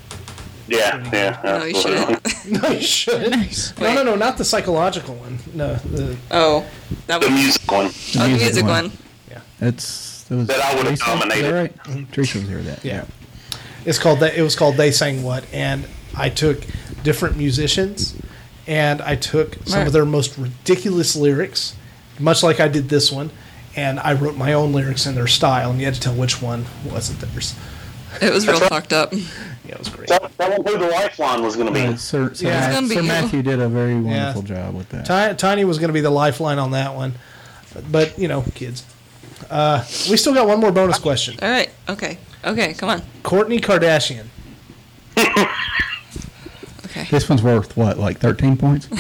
D: Yeah, yeah.
C: No, you shouldn't.
B: [laughs] No, you shouldn't. No, no, no, not the psychological one. No, the,
C: Oh, that
D: The
C: was
D: music one.
C: oh, the music one.
A: [laughs] That's that was
D: That I would've
A: Teresa, is that
D: dominated.
A: Right? Teresa was here with that.
B: yeah. It's called that. It was called they sang what, and I took different musicians, and I took some of
C: Right.
B: their most ridiculous lyrics, much like I did this one, and I wrote my own lyrics in their style, and you had to tell which one wasn't theirs.
C: It was real fucked up.
B: Yeah, it was great.
D: That, that one who the lifeline was gonna be.
A: Uh, Sir, Sir,
B: Yeah. It's
C: gonna be
A: Sir
C: you.
A: Matthew did a very wonderful job with that.
B: Ti- Tiny was going to be the lifeline on that one, but you know, kids. Uh, we still got one more bonus question.
C: All right. Okay. Okay. Come on.
B: Courtney Kardashian.
C: Okay.
A: This one's worth what, like 13 points?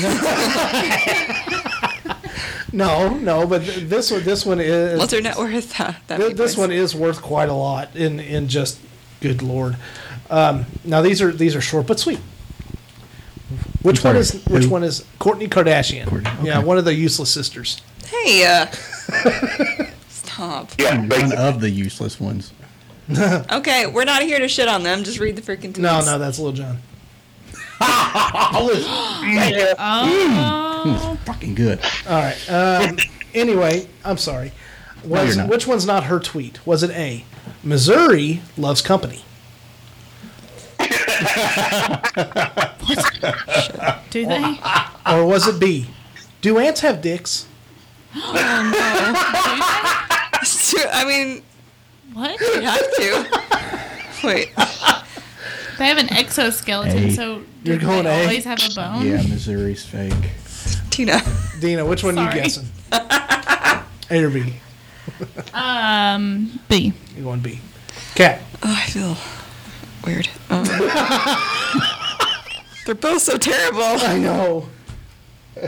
B: No, no, but th- this one, this one is
C: What's her net worth? [laughs] That, that
B: Th-
C: big
B: this
C: voice.
B: one is worth quite a lot in in just good lord. Um, now these are these are short but sweet. Which one
A: sorry,
B: is which
A: who?
B: one is Courtney Kardashian?
A: Kourtney,
B: Yeah,
A: okay.
B: one of the useless sisters.
C: Hey.
B: [laughs]
C: Uh, stop.
D: Yeah,
A: One
D: basically.
A: of the useless ones.
C: Okay. We're not here to shit on them. Just read the freaking. Tweets.
B: No, no, that's Lil John.
G: Oh,
A: Fucking good.
B: All right. Um, anyway, I'm sorry. Was,
A: you're not.
B: which one's not her tweet? Was it A? Missouri loves company.
G: do they?
B: Or was it B? Do ants have dicks?
C: [laughs] I mean,
G: What?
C: you have to.
B: [laughs]
C: Wait.
G: They have an exoskeleton,
A: A.
G: so do
B: You're going
G: they
B: A.
G: always have a bone.
A: [laughs] Yeah, Missouri's fake.
C: Tina.
B: Dina, which one you
G: Sorry.
B: guessing? A or B?
G: Um, B.
B: You going B? Cat.
C: Oh, I feel weird.
B: [laughs]
C: Um, they're both so terrible.
B: I know.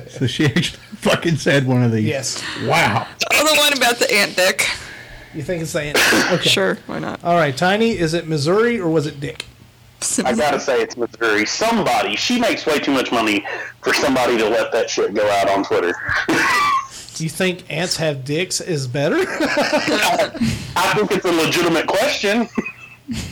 A: So she actually [laughs] fucking said one of these.
B: Yes.
A: Wow.
C: Oh, the one about the ant dick.
B: You think it's the [coughs] ant? Okay.
C: Sure, why not?
B: All right, Tiny, is it Missouri or was it Dick?
D: I gotta say it's Missouri. Somebody, she makes way too much money for somebody to let that shit go out on Twitter. [laughs]
B: Do you think ants have dicks is better? [laughs]
D: I think it's a legitimate question. [laughs]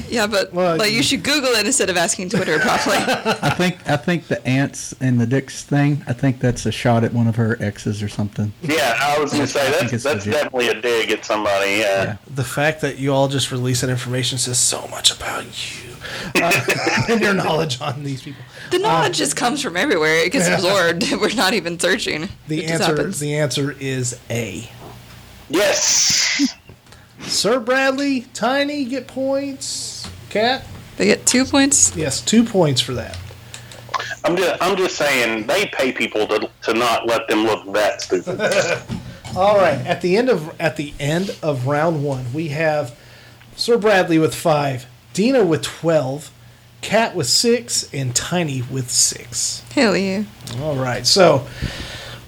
C: Yeah, but
B: Well, Uh.
C: like
B: you-
C: you should Google it instead of asking
B: [laughs]
C: Twitter properly.
A: I think I think the ants and the dicks thing, I think that's a shot at one of her exes or something.
D: Yeah, I was gonna say
A: think
D: that's
A: it's
D: that's
A: legit.
D: definitely a dig at somebody. Yeah.
B: the fact that you all just release that information says so much about you uh, [laughs] and your knowledge on these people.
C: the knowledge just comes from everywhere. It gets absorbed. [laughs] We're not even searching.
B: The
C: it just
B: answer
C: happens.
B: the answer is A.
D: Yes.
B: Sir Bradley, Tiny get points. Cat?
C: They get two points.
B: Yes, 2 points for that.
D: I'm just I'm just saying they pay people to to not let them look
A: [laughs]
D: that stupid.
B: All right. At the end of at the end of round one, we have Sir Bradley with five, Dina with twelve, Cat with six, and Tiny with six.
C: Hell yeah.
B: All right. So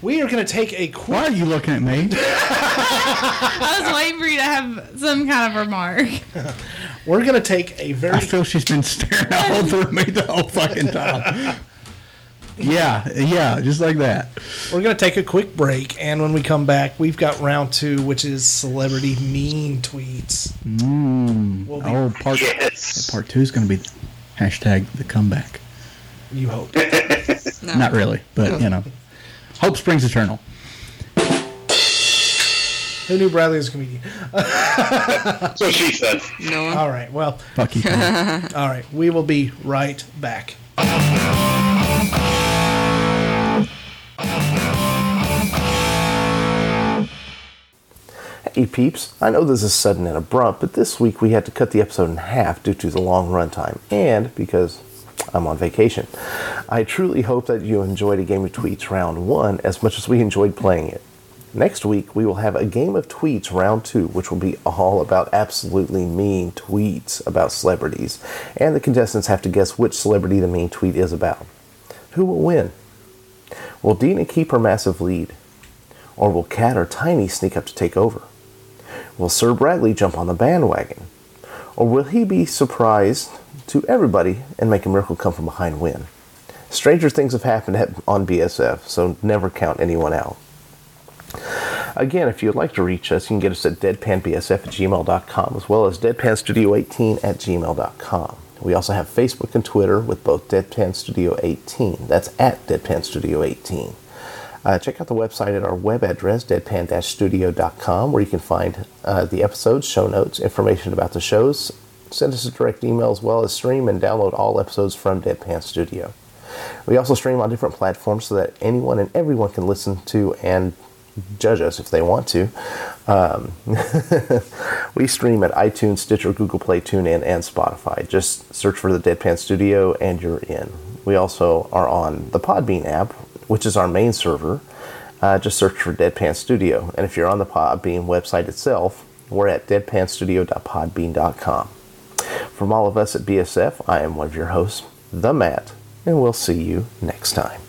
B: We are going to take a
A: Why
B: quick.
A: are you looking at me?
G: I was waiting for you to have some kind of remark.
B: We're going to take a very.
A: I feel she's been staring all through me the whole fucking time. Yeah, yeah, just like that.
B: We're going to take a quick break, and when we come back, we've got round two, which is celebrity mean tweets. We'll be,
A: Oh, part
D: Yes.
A: part two is going to be hashtag the comeback.
B: You hope.
C: No.
A: Not really, but you know, hope springs eternal.
B: Who knew Bradley was a comedian?
D: That's what she said.
C: No one.
B: All right, well,
A: Fuck [laughs] you. Tom.
B: all right. We will be right back.
J: Hey peeps, I know this is sudden and abrupt, but this week we had to cut the episode in half due to the long runtime and because I'm on vacation. I truly hope that you enjoyed a game of tweets round one as much as we enjoyed playing it. Next week we will have a game of tweets round two, which will be all about absolutely mean tweets about celebrities, and the contestants have to guess which celebrity the mean tweet is about. Who will win? Will Dina keep her massive lead? Or will Cat or Tiny sneak up to take over? Will Sir Bradley jump on the bandwagon? Or will he be surprised to everybody and make a miracle come from behind win? Stranger things have happened at- on BSF, so never count anyone out. Again, if you'd like to reach us, you can get us at deadpanbsf at gmail.com as well as deadpanstudio18 at gmail.com. We also have Facebook and Twitter with both Deadpan Studio 18. That's at Deadpan Studio 18. Uh, check out the website at our web address, deadpan studio.com, where you can find uh, the episodes, show notes, information about the shows. Send us a direct email as well as stream and download all episodes from Deadpan Studio. We also stream on different platforms so that anyone and everyone can listen to and judge us if they want to. Um, [laughs] we stream at iTunes, Stitcher, Google Play, TuneIn, and Spotify. Just search for the Deadpan Studio and you're in. We also are on the Podbean app, which is our main server. Uh, just search for Deadpan Studio. And if you're on the Podbean website itself, we're at deadpanstudio.podbean.com. From all of us at BSF, I am one of your hosts, The Matt, and we'll see you next time.